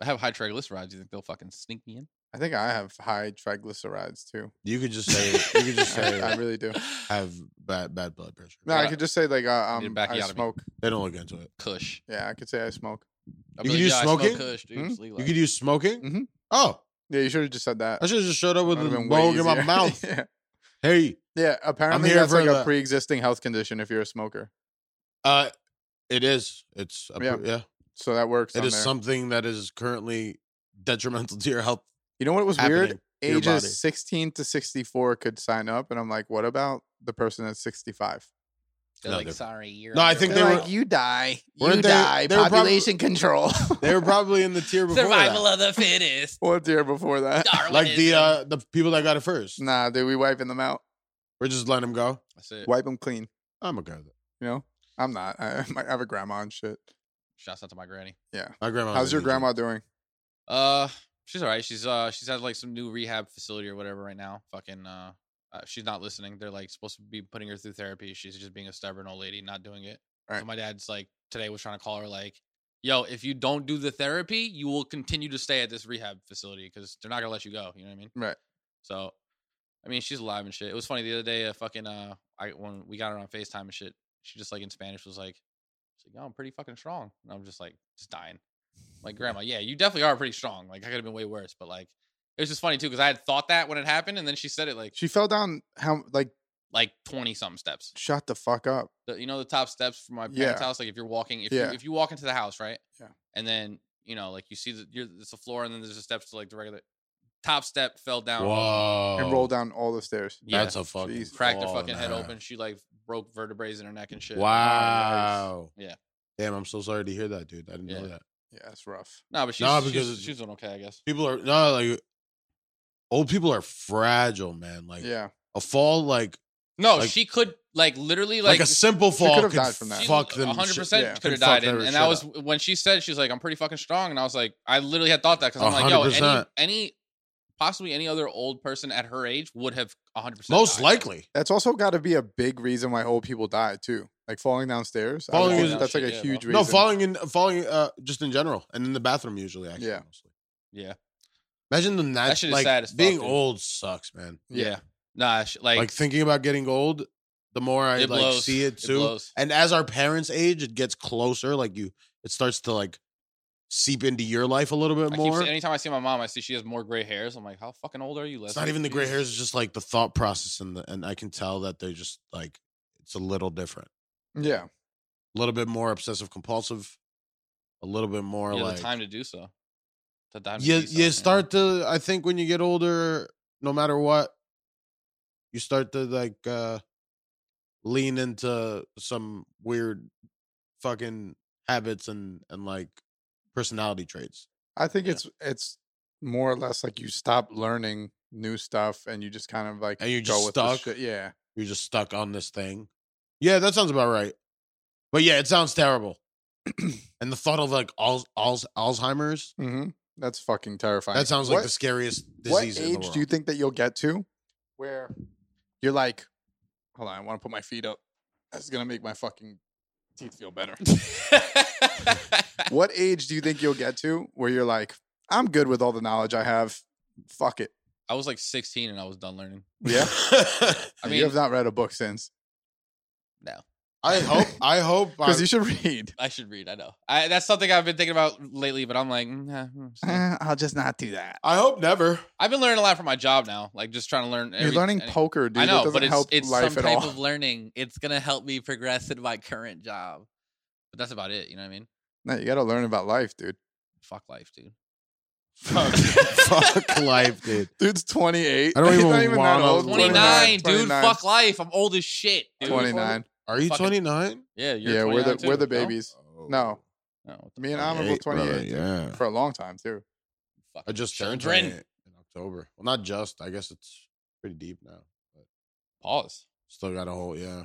I have high triglycerides. You think they'll fucking sneak me in? I think I have high triglycerides too. You could just say you could just I, say I really do. have bad bad blood pressure. No, I Right. could just say like uh, Need to um, back I you out of me. smoke. They don't look into it. Kush. Yeah, I could say I smoke. I'll be You can use "Yeah, I smoke smoking? Kush, dude. Hmm? It's legal." You could use smoking. Mhm. Oh, Yeah, you should have just said that. I should have just showed up with Would've a been way bong in my easier. mouth. yeah. Hey, Yeah, apparently here that's for like a the- pre-existing health condition if you're a smoker. uh, it is. It's a, Yeah. yeah. yeah. So that works. It on is there. something that is currently detrimental to your health. You know what was happening weird? to your body. Ages 16 to 64 could sign up, and I'm like, what about the person that's 65? They're No, like, they're- sorry, you're. No, I under- think They're they were- like, you die, Weren't they- they were probably- control. They were probably in the tier before survival that. of the fittest. What year before that? like the Darwinism. uh the people that got it first. Nah, dude, we wiping them out, We're just letting them go. That's it. wipe them clean. I'm okay with it. You know, I'm not. I, I have a grandma and shit. Shouts out to my granny. My grandma. was How's your an idiot. grandma doing? Uh, she's all right. She's uh, she's at like some new rehab facility or whatever right now. Fucking uh, uh she's not listening. They're like supposed to be putting her through therapy. She's just being a stubborn old lady, not doing it. Right. So my dad's like today was trying to call her like, "Yo, if you don't do the therapy, you will continue to stay at this rehab facility because they're not gonna let you go." You know what I mean? Right. So, I mean, she's alive and shit. It was funny the other day. Uh, fucking uh, I when we got her on Facetime and shit, she just like in Spanish was like, she's like, "Yo, I'm pretty fucking strong," and I'm just like, just dying. Like, grandma, yeah, you definitely are pretty strong. Like, I could have been way worse, but like, it was just funny too because I had thought that when it happened, and then she said it like She fell down. How like like twenty something steps. shut the fuck up? The, you know the top steps from my parents' Yeah. house. Like, if you're walking, if Yeah. you if you walk into the house, right? Yeah. And then you know, like, you see the you're, it's the floor, and then there's the steps to like the regular top step fell down. Whoa. And roll down all the stairs. Yeah. Oh. That's a fucking Jesus. cracked her fall fucking head there. open. She like broke vertebrae in her neck and shit. Wow. Yeah. Damn, I'm so sorry to hear that, dude. I didn't know Yeah. that. Yeah, it's rough. No, but she's, Nah, she's- because- she's doing okay, I guess. People are no like old people are fragile, man. Like Yeah. a fall like No, Like- she could like literally like, like, a simple She fall could've could died from that. she fuck them. hundred yeah, percent could could have fuck died, and, and their shit that was up. when she said she's like, "I'm pretty fucking strong," and I was like, I literally had thought that because I'm like, yo, any 100%. any possibly any other old person at her age would have hundred percent Most likely. That's also got to be a big reason why old people die too. Like falling downstairs. I would Falling think is- that's like a Yeah, huge bro. reason. No, falling in falling uh just in general and in the bathroom usually actually. Yeah. Mostly. Yeah, Imagine the nat- shit is like sad as fuck, being dude. old sucks, man. yeah, Yeah. nah, she, like, Like, thinking about getting old, the more I It like blows. see it It too. blows. and as our parents age, it gets closer. Like you, it starts to like seep into your life a little I bit keep, more. see- anytime I see my mom, I see she has more gray hairs. I'm like, how fucking old are you? It's Leslie? not even the gray Jesus." hairs; it's just like the thought process, and the, and I can tell that they're just like it's a little different, yeah. a little bit more obsessive compulsive, a little bit more You have like the time to do so. The time to you do so, you start to I think when you get older, no matter what, you start to like uh lean into some weird fucking habits and and like personality traits. I think Yeah. it's it's more or less like you stop learning new stuff and you just kind of like And you're go just with the stuck? shit. Yeah. You're just stuck on this thing. Yeah, that sounds about right. But yeah, it sounds terrible. and the thought of like al- al- Alzheimer's, hmm That's fucking terrifying. that sounds like What- the scariest What disease in the age world. do you think that you'll get to where you're like, hold on, I want to put my feet up. That's gonna make my fucking teeth feel better. what age do you think you'll get to where you're like, I'm good with all the knowledge I have. Fuck it. I was like 16 and I was done learning. Yeah. yeah. I I mean, you have not read a book since. No. I hope. I hope. Because I- you should read. I should read. I know. I, that's something I've been thinking about lately, but I'm like, mm, eh, mm, see. I'll just not do that. I hope never. I've been learning a lot from my job now. Like just trying to learn. You're every- learning any- poker, dude. I that know, doesn't but it's help it's some life at type all. of learning. It's gonna help me progress in my current job. But that's about it. You know what I mean? no, you got to learn about life, dude. Fuck life, dude. Fuck, fuck life, dude. Dude's 28. I don't He's even not even that wanna old. 29, 29, dude. Fuck life. I'm old as shit, dude. 29. Are you Oh. Fucking- twenty nine? Yeah, you're Yeah, we're 29 the we're too, the no? babies. No, No, Oh, what the me and fuck? I'm both 28 dude, Yeah. for a long time too. I Fucking just turned children. 28 in October. Well, not just. I guess it's pretty deep now. But Pause. still got a whole yeah.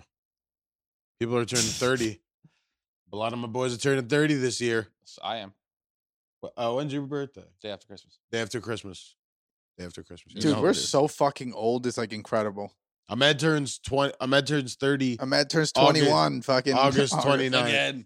People are turning thirty. a lot of my boys are turning thirty this year. So I am Wh- Uh, when's your birthday? day after Christmas. Day after Christmas. Day after Christmas. You Dude, know we're it is. so fucking old. It's like incredible. Ahmed turns twenty. Ahmed turns thirty. Ahmed turns August- 21. fucking August 29. Again.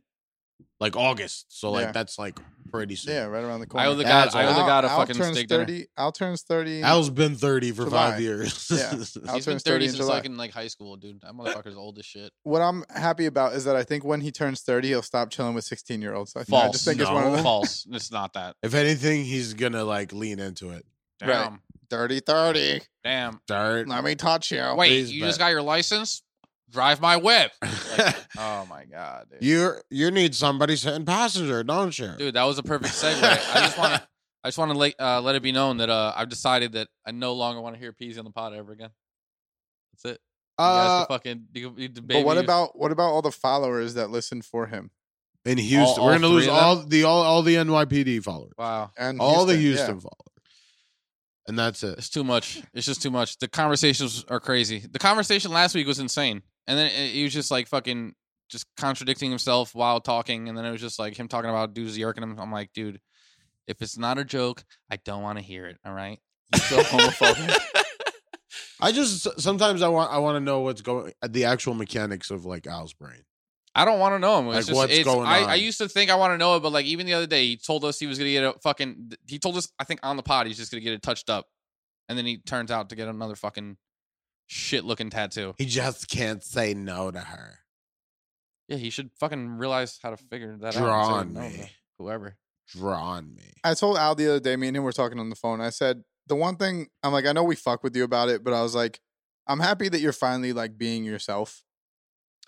like August. So like Yeah. that's like pretty soon. Yeah, right around the corner. I owe the That's god. I owe all. the god a Al- Al fucking turns steak dinner. 30, Al turns 30. Al's been thirty for July. five years. Yeah. Al He's been turns 30 30 in since July. like in like high school, dude. That motherfucker's old as shit. what I'm happy about is that I think when he turns 30, he'll stop chilling with 16 year olds. I, think- False. I just think it's one of No. the False. It's not that. if anything, he's gonna like lean into it. Right. Damn. dirty 30. Damn. Start. Let me touch you. Wait, Please you bet. just got your license? Drive my whip. Like, oh my god, dude. you you need somebody sitting passenger, don't you? dude, that was a perfect segue. I just want to. I just want to let uh, let it be known that uh, I've decided that I no longer want to hear peas on the pod ever again. That's it. You guys Uh, can fucking you, can- you debate But what me. about what about all the followers that listen for him? in Houston, all we're three gonna lose of them? all the all, all the NYPD followers, wow? And all the yeah. Houston followers, and that's it. It's too much. It's just too much. The conversations are crazy. The conversation last week was insane, and then it, he was just like fucking just contradicting himself while talking, and then it was just like him talking about dudes yerking him. I'm like, dude, if it's not a joke, I don't want to hear it. All right, You're so homophobic. I just sometimes I want I want to know what's going the actual mechanics of like Al's brain. I don't want to know him. It's Like, just, what's it's, going I, I on? used to think I want to know it, but like even the other day, he told us he was gonna get a fucking. He told us I think on the pod he's just gonna get it touched up, and then he turns out to get another fucking shit looking tattoo. He just can't say no to her. Yeah, he should fucking realize how to figure that Draw out. on and say no to me. Whoever. Draw on me. I told Al the other day, me and him were talking on the phone. I said, the one thing I'm like, I know we fuck with you about it, but I was like, I'm happy that you're finally like being yourself.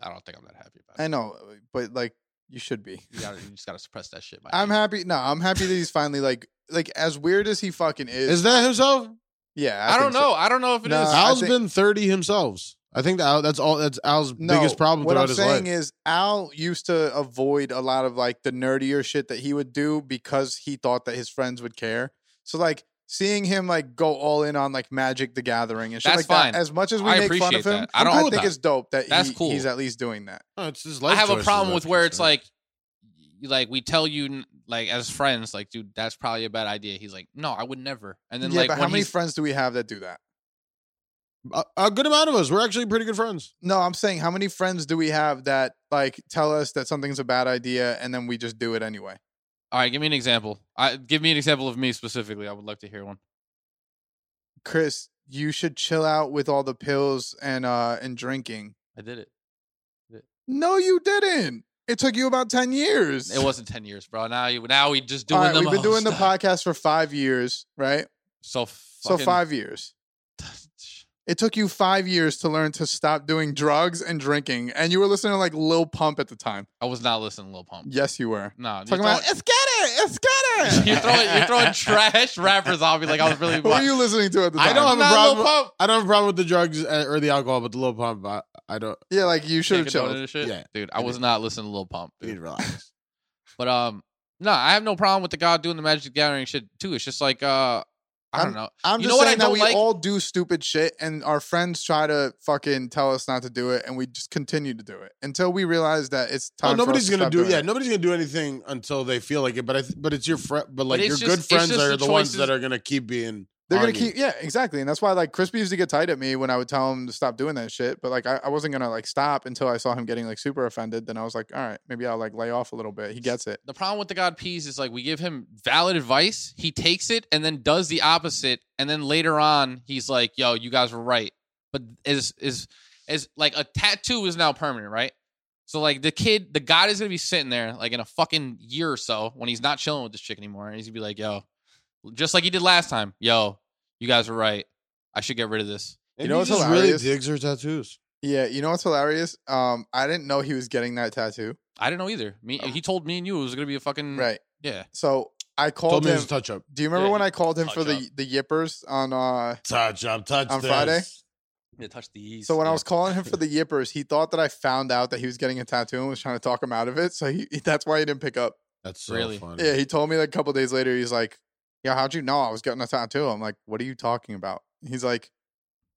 I don't think I'm that happy about I it. know, but like you should be. You, gotta, you just gotta suppress that shit. Mikey. I'm happy. No, I'm happy that he's finally like like as weird as he fucking is. Is that himself? yeah, I, don't think so. know. I don't know if it is. No, Uh, I Al's think- been thirty himself. I think that Al, that's all. That's Al's No, biggest problem What throughout I'm his saying life. is, Al used to avoid a lot of like the nerdier shit that he would do because he thought that his friends would care. So like seeing him like go all in on like Magic the Gathering and shit That's like fine. that. As much as we I make fun of appreciate him, that. I don't- I I'm cool with think that. it's dope that That's he- cool. he's at least doing that. No, it's his I life have a choices problem that with where it's concern. like, like we tell you, n- like as friends, like dude, that's probably a bad idea. He's like, no, I would never. And then yeah, like but when how many he's, friends do we have that do that? a, a good amount of us. We're actually pretty good friends. No, I'm saying how many friends do we have that like tell us that something's a bad idea and then we just do it anyway? all right, give me an example. I give me an example of me specifically. I would love to hear one. Chris, you should chill out with all the pills and uh and drinking. I did it. No, you didn't. It took you about ten years. It wasn't ten years, bro. Now you, now we just doing All right, the we've been most. doing the podcast for five years, right? So so fucking- five years. It took you five years to learn to stop doing drugs and drinking, and you were listening to like Lil Pump at the time. I was not listening, to Lil Pump. Yes, you were. No, you Talking throw about it- it's get it, it's get it. you're throwing you're throwing trash rappers on me like I was really. Who are you listening to at the time? I don't have a Not Lil problem. Pump. I don't have a problem with the drugs uh, or the alcohol, but the little pump, I, I don't. Yeah, like you should Can't have condone chilled. this shit? Yeah. dude, I was not listening to Lil Pump. We need to Dude. relax. But um, no, I have no problem with the god doing the Magic the Gathering shit too. It's just like uh, I don't know. I'm You just know what I saying that don't we like? all do stupid shit, and our friends try to fucking tell us not to do it, and we just continue to do it until we realize that it's time. oh, for us nobody's to gonna stop do. doing Yeah, it. nobody's gonna do anything until they feel like it. But I. Th- but it's your friend. But like it's your just- good it's friends just are the the, ones choices- that are gonna keep being. They're gonna on you. keep, yeah, exactly, and that's why like Crispy used to get tight at me when I would tell him to stop doing that shit. But like I, I wasn't gonna like stop until I saw him getting like super offended. Then I was like, all right, maybe I'll like lay off a little bit. He gets it. The problem with the god peas is like we give him valid advice, he takes it and then does the opposite, and then later on he's like, "Yo, you guys were right." But is is is like a tattoo is now permanent, right? So like the kid, the god is gonna be sitting there like in a fucking year or so when he's not chilling with this chick anymore, and he's gonna be like, "Yo," just like he did last time. Yo, you guys were right. I should get rid of this. You know Maybe what's he just hilarious? really digs her tattoos. Yeah, you know what's hilarious? Um, I didn't know he was getting that tattoo. I didn't know either. Me, Um, he told me and you it was gonna be a fucking Right. Yeah, So I Told called me it him. was a touch up. Do you remember Yeah, when you- I called him for touch the the yippers on? uh Touch up, touch On this. Friday? yeah touch the east. So when I yeah. was calling him for the yippers, he thought that I found out that he was getting a tattoo and was trying to talk him out of it. So he that's why he didn't pick up. That's so Really? funny. Yeah, he told me like a couple days later. He's like, "Yeah, how'd you know I was getting a tattoo?" I'm like, "What are you talking about?" He's like,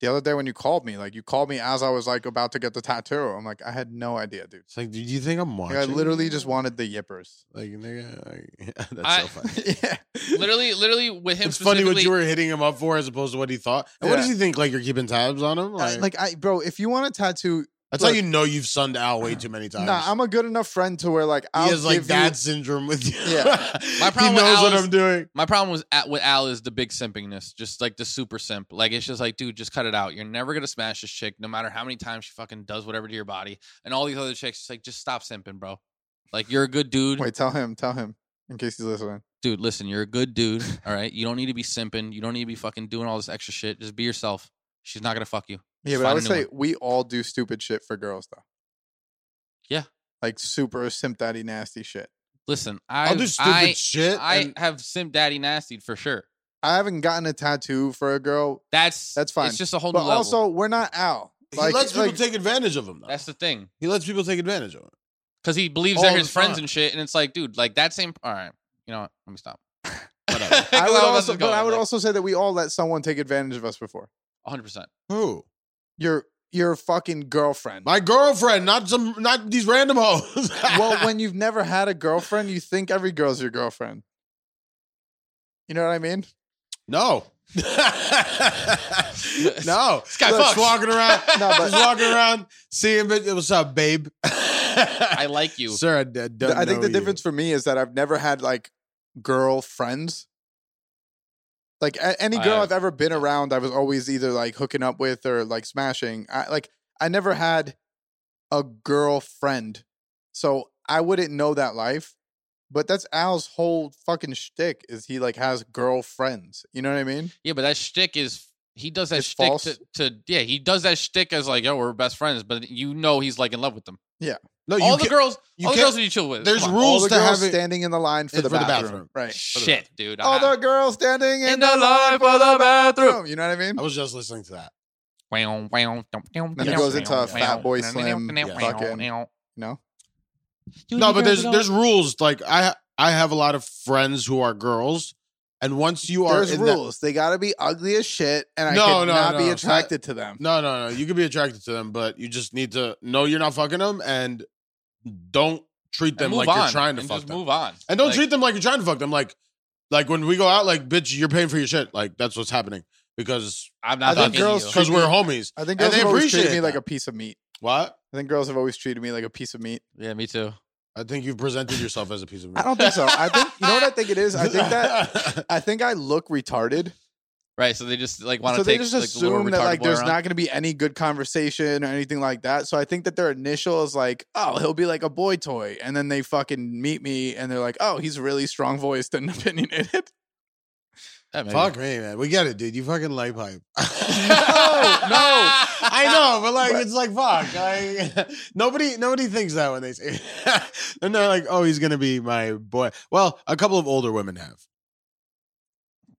"The other day when you called me, like you called me as I was like about to get the tattoo." I'm like, "I had no idea, dude. It's like, do you think I'm Like, watching? I literally you? just wanted the yippers." Like, nigga, like, that's I- so funny. yeah, literally, literally with him. It's funny what specifically- you were hitting him up for as opposed to what he thought. And what does Yeah. he think? Like you're keeping tabs on him? Uh, Like, like I, bro, if you want a tattoo, that's look. how you know you've sunned Al way too many times. nah, I'm a good enough friend to where like I'll he has like give you- that syndrome with you. Yeah. My problem he with knows Al what is- I'm doing. My problem was at with Al is the big simpingness, just like the super simp. Like it's just like, dude, just cut it out. You're never gonna smash this chick, no matter how many times she fucking does whatever to your body. And all these other chicks, it's like, just stop simping, bro. Like you're a good dude, Wait, tell him, tell him, in case he's listening. dude. Listen, you're a good dude. All right, you don't need to be simping. You don't need to be fucking doing all this extra shit. Just be yourself. She's not gonna fuck you. Yeah, Just but find I a would new say we all do stupid shit for girls though. Yeah. like super simp daddy nasty shit. Listen, I I'll do stupid I, shit. I and- have simp daddy nasty for sure. I haven't gotten a tattoo for a girl, That's That's fine. It's just a whole but new level. also we're not out. he lets people take advantage of him. Though. that's the thing. he lets people take advantage of him. because he believes All they're his the friends time. and shit. And it's like, dude, like that same. All right, you know what? Let me stop. Whatever. I I would also, but I would also say that we all let someone take advantage of us before. 100. percent Who? Your your fucking girlfriend. My girlfriend, not some, not these random hoes. well, when you've never had a girlfriend, you think every girl's your girlfriend. You know what I mean? no, no, this guy just fucks. walking around, No, but just walking around, seeing, but what's up, babe? I I like you. sir. I, d- don't I think know the you. difference for me is that I've never had like girlfriends. Like a- any I girl have. I've ever been around, I was always either like hooking up with or like smashing. I like I never had a girlfriend, so I wouldn't know that life. But that's Al's whole fucking shtick is he like has girlfriends. You know what I mean? Yeah, but that shtick is he does that It's shtick false. to, to yeah he does that shtick as like yo we're best friends, but you know he's like in love with them. No, you all the can't- girls, you all the can't- girls that you chill with. there's come on. rules All the to girls have it- standing in the line for, in- the, for the bathroom. bathroom. right? Shit, dude. All I- the girls standing in, in the, the line for the bathroom. bathroom. You know what I mean? I was just listening to that. Wow, wow, dum, dum, Then it dum, goes dum, into a dum, Fat dum, Boy dum, Slim dum, dum, fucking- dum. No. Dude, No, you but guys there's don't- there's rules. Like I I have a lot of friends who are girls, and once you are There's in that- rules. they gotta be ugly as shit, and I No, could no, not no, be it's not- attracted to them. no, no, no. You can be attracted to them, but you just need to know you're not fucking them, and don't treat And them move like you're on, trying to and fuck just them, move on and don't Like, treat them like you're trying to fuck them. Like like when we go out, like bitch, you're paying for your shit. Like that's what's happening because I'm I not think fucking you. girls because we're homies. I think And girls they have always treated appreciate me like that. a piece of meat. What? I think girls have always treated me like a piece of meat. Yeah, me too. I think you've presented yourself as a piece of meat. I don't think so. I think you know what I think it is. I think that I think I look retarded. Right, so they just like want to So they take just like, the little assume that retarded like boy there's around. not gonna be any good conversation or anything like that. So I think that their initial is like, oh, he'll be like a boy toy, and then they fucking meet me and they're like, oh, he's really strong voiced and opinionated. Yeah, maybe. Fuck me, man. We get it, dude. You fucking like pipe. I I know, but like But- it's like fuck. Like, nobody nobody thinks that when they say and they're like, oh, he's gonna be my boy. Well, a couple of older women have.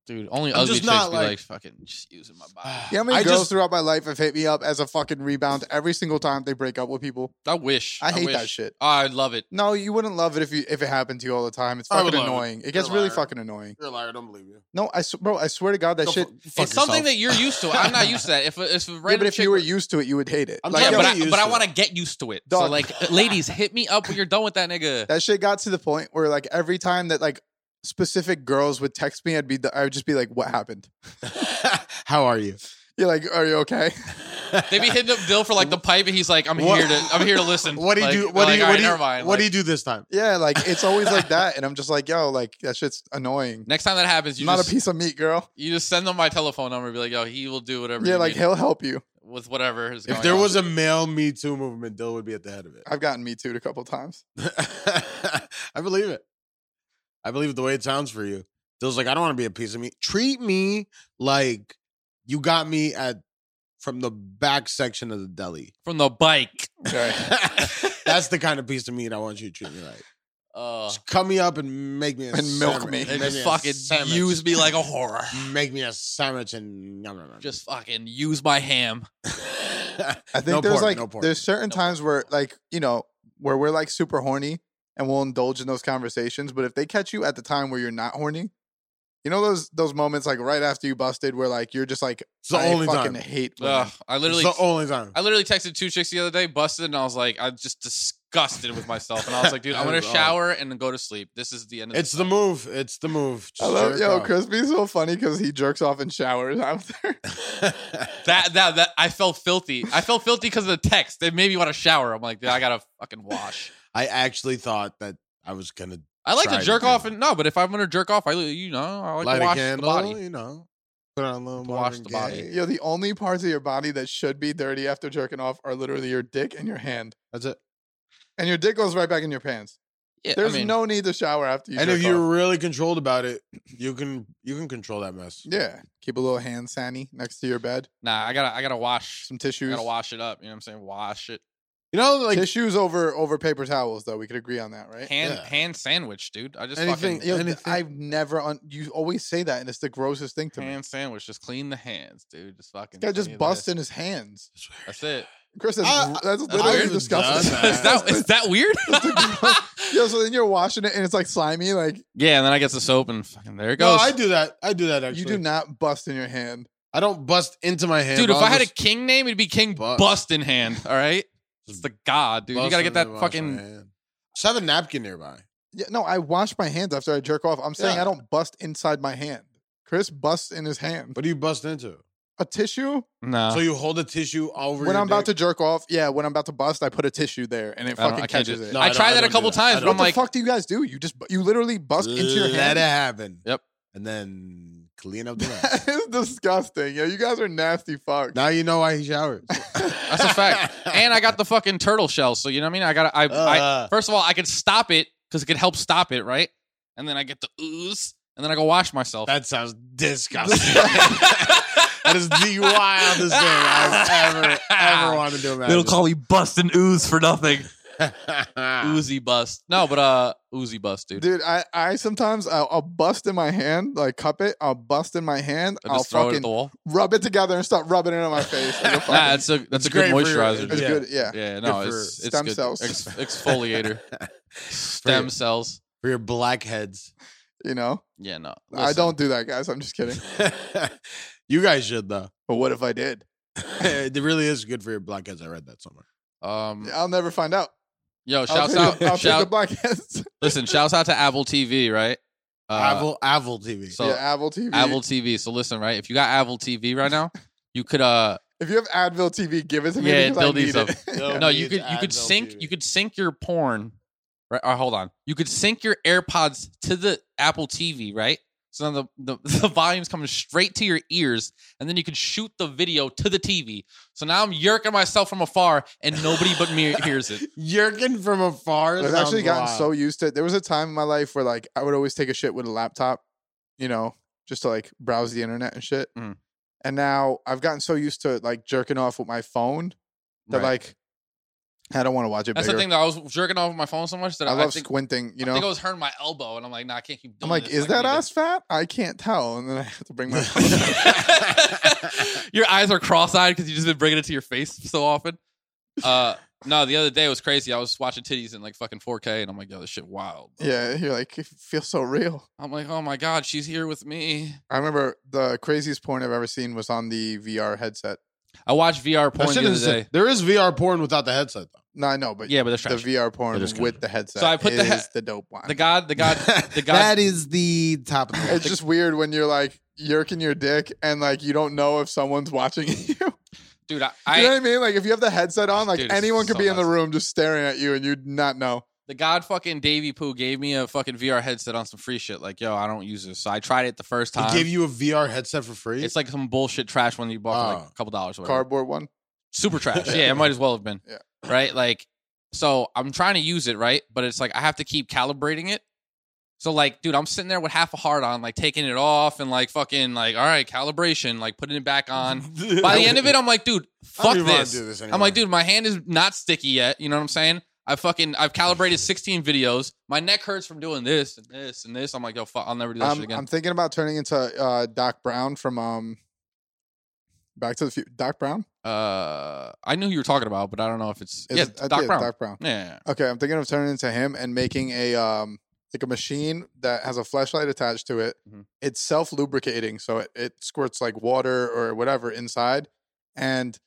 dude. Only I'm ugly just chicks not, be like- like fucking just using my body. You know how many I girls just- throughout my life have hit me up as a fucking rebound every single time they break up with people? I wish. I hate that wish. shit. Oh, I love it. No, you wouldn't love it if you if it happened to you all the time. It's I fucking would love it. annoying. It, gets You're a really liar. fucking annoying. You're a liar. I don't believe you. No, I s- bro, I swear to God that shit. it's something that you're used to. I'm not used to that. If a, if a random Yeah, but if chick you were were- used to it, you would hate it. I'm Like, yeah, telling but yo, you, I, I'm used but I to want to get used to it. So Dog. like, ladies, hit me up when you're done with that nigga. that shit got to the point where like every time that like specific girls would text me, I'd be I would just be like, "What happened? that How are you? You're like, are you okay? They be hitting up Dill for like the pipe, and he's like, "I'm What- here to, I'm here to listen." What do you Like, do? they're What do like, you "All what right, do you never mind." what do Like, you do this time? yeah, like it's always like that, and I'm just like, yo, like that shit's annoying. Next time that happens, you I'm not just a piece of meat, girl. you just send them my telephone number. and Be like, "Yo, he will do whatever." Yeah, you like need. he'll help you. with whatever is going If there on. was a male Me Too movement, Dill would be at the head of it. I've gotten me too a couple times. I believe it. I believe the way it sounds for you. Dill's like, I don't want to be a piece of meat. Treat me like you got me at from the back section of the deli. from the bike. Okay. That's the kind of piece of meat I want you to treat me like. Uh, Just cut me up and make me a And milk sandwich. me. Make and maybe just a fucking sandwich. use me like a horror. Make me a sandwich and nom, nom, nom. Just fucking use my ham. I think No there's pork, like no pork. there's certain No times pork. where like you know where we're like super horny and we'll indulge in those conversations, but if they catch you at the time where you're not horny, you know those those moments like right after you busted where like you're just like it's the I only fucking time. hate women. Ugh, I literally, it's the only time. I literally texted two chicks the other day, busted, and I was like, I'm just disgusted with myself, and I was like, dude, oh. I'm That gonna is all. shower and then go to sleep. This is the end. of It's the move. It's the move. I Just love jerk yo off. Crispy's so funny because he jerks off and showers after. That that that I felt filthy. I felt filthy because of the text. It made me want to shower. I'm like, dude, I gotta fucking wash. I actually thought that I was gonna I like Try to to jerk do off that. and no, but if I'm gonna jerk off, I you know I like light to Oh, a wash the candle, body. you know, put on a little Wash Marvin the body. Gaye. Yo, the only parts of your body that should be dirty after jerking off are literally your dick and your hand. That's it. And your dick goes right back in your pants. Yeah, There's I mean, no need to shower after you. and if jerk you're off. really controlled about it, you can you can control that mess. yeah, keep a little hand sani next to your bed, nah. I gotta I gotta wash. some I tissues. gotta wash it up. You know what I'm saying? Wash it. You know, like tissues over over paper towels, though. We could agree on that, right? Hand Eh, Yeah. hand sandwich, dude. I just Anything- fucking Yo, th- Anything- I've never on. You always say that, and it's the grossest thing to me. hand sandwich. Just clean the hands, dude. Just fucking. This guy clean just the- busts in his hands. That's it. Chris, that's, I- gr- I- that's I've literally done disgusting. that. is that is that weird? Yo, so then you're washing it, and it's like slimy. Like yeah, and then I get the soap and fucking there it no, goes. I do that. I do that actually. you do not bust in your hand. I don't bust into my hand. dude, if I'll I had a just king name, it'd be King Bust. Bust in Hand. All right, it's Just the god, dude. You bust gotta into get that my- wash my fucking. hand. Just have a napkin nearby. Yeah, no, I wash my hands after I jerk off. I'm saying Yeah. I don't bust inside my hand. Chris busts in his hand. What do you bust into? a tissue? No, so you hold a tissue over. When your I'm about to dick? jerk off, yeah, when I'm about to bust, I put a tissue there and it I don't- fucking I can't do catches it. it. No, I I don't- tried that don't a couple do that. I times, but don't I'm what the like, fuck do you guys do? You just you literally bust into your let hand. it happen. Yep. and then clean up the mess. That is disgusting. Yeah, you guys are nasty fucks. Now you know why he showers. That's a fact. and I got the fucking turtle shell. So you know what I mean. I got. to I, I Uh, first of all, I could stop it because it could help stop it, right? And then I get the ooze, and then I go wash myself. that sounds disgusting. that is the wildest thing I've ever, ever wanted to imagine. me busting ooze for nothing. Ooze. Oozy bust. No, but uh, oozy bust, dude. Ah. Dude, I, I sometimes I'll, I'll bust in my hand, like cup it. I'll bust in my hand. I I'll just throw it at fucking the wall. rub it together and start rubbing it on my face. Like a fucking, Nah, it's a that's It's a good great for your- moisturizer. it's dude. yeah. good. Yeah. Yeah, no, for it's it's stem good. cells. Ex- exfoliator, stem cells. For your blackheads. You know, Yeah, no, I listen. don't do that, guys. I'm just kidding. you guys should, though. But what if I did? it really is good for your blackheads. I read that somewhere. Um, I'll never find out. yo, I'll shouts take out, the- I'll take the shout, black hands. listen, shouts out to Apple TV, right? Uh, Avil, Avil TV. so- yeah, Apple TV. Apple TV. So listen, right? If you got Apple TV right now, you could uh If you have Advil TV, give it to me. Yeah, because I build these need it. No. no, you Needs could you could Advil sync TV. you could sync your porn. Right, or hold on. You could sync your AirPods to the Apple TV, right? So now the, the the volume's coming straight to your ears, and then you can shoot the video to the TV. So now I'm yerking myself from afar, and nobody but me hears it. Yerkin from afar. I've sounds actually gotten wild. so used to it. There was a time in my life where like I would always take a shit with a laptop, you know, just to like browse the internet and shit. Mm. And now I've gotten so used to like jerking off with my phone that Right. like I don't want to watch it. That's bigger. the thing that I was jerking off my phone so much that I I, love think, squinting, you I think I know. was hurting my elbow, and I'm like, nah, I can't keep doing I'm like, this. is I that need to- ass fat? I can't tell. And then I have to bring my phone. up. your eyes are cross-eyed because you just been bringing it to your face so often. Uh, no, the other day was crazy. I was watching titties in like fucking 4K, and I'm like, yo, this shit wild. yeah, you're like, it feels so real. I'm like, oh my god, she's here with me. I remember the craziest porn I've ever seen was on the VR headset. I watched VR That porn shit the other is- day. There is VR porn without the headset, though. No, I know, but Yeah, but that's the trash. VR porn It is with trash. the headset. So I put the is he- the dope one. The god, the god, the god. that is the top of the It's just weird when you're like yerking your dick and like you don't know if someone's watching you. you dude, I, know I what I mean? Like if you have the headset on, like Dude, it's anyone could so be in the nuts. room just staring at you and you'd not know. the god fucking Davy Poo gave me a fucking VR headset on some free shit. Like, yo, I don't use this. So I tried it the first He time. gave you a VR headset for free. it's like some bullshit trash one you bought for like Oh. a couple dollars. or whatever. Cardboard one. super trash. Yeah, it might as well have been. Yeah. Right? Like, so I'm trying to use it, right? But it's like I have to keep calibrating it. So like, dude, I'm sitting there with half a heart on, like taking it off and like fucking like, all right, calibration, like putting it back on. By the end of it, I'm like, dude, fuck this. I'm like, dude, my hand is not sticky yet. You know what I'm saying? I fucking I've calibrated 16 videos. My neck hurts from doing this and this and this. I'm like, yo, fuck, I'll never do that shit I'm, again. I'm thinking about turning into uh, Doc Brown from um, Back to the Future. Doc Brown? uh, I knew who you were talking about, but I don't know if it's Is yeah, it- I Doc did, Brown. Doc Brown. Yeah, yeah, yeah. Okay, I'm thinking of turning into him and making a um like a machine that has a flashlight attached to it. Mhm. It's self lubricating, so it, it squirts like water or whatever inside, and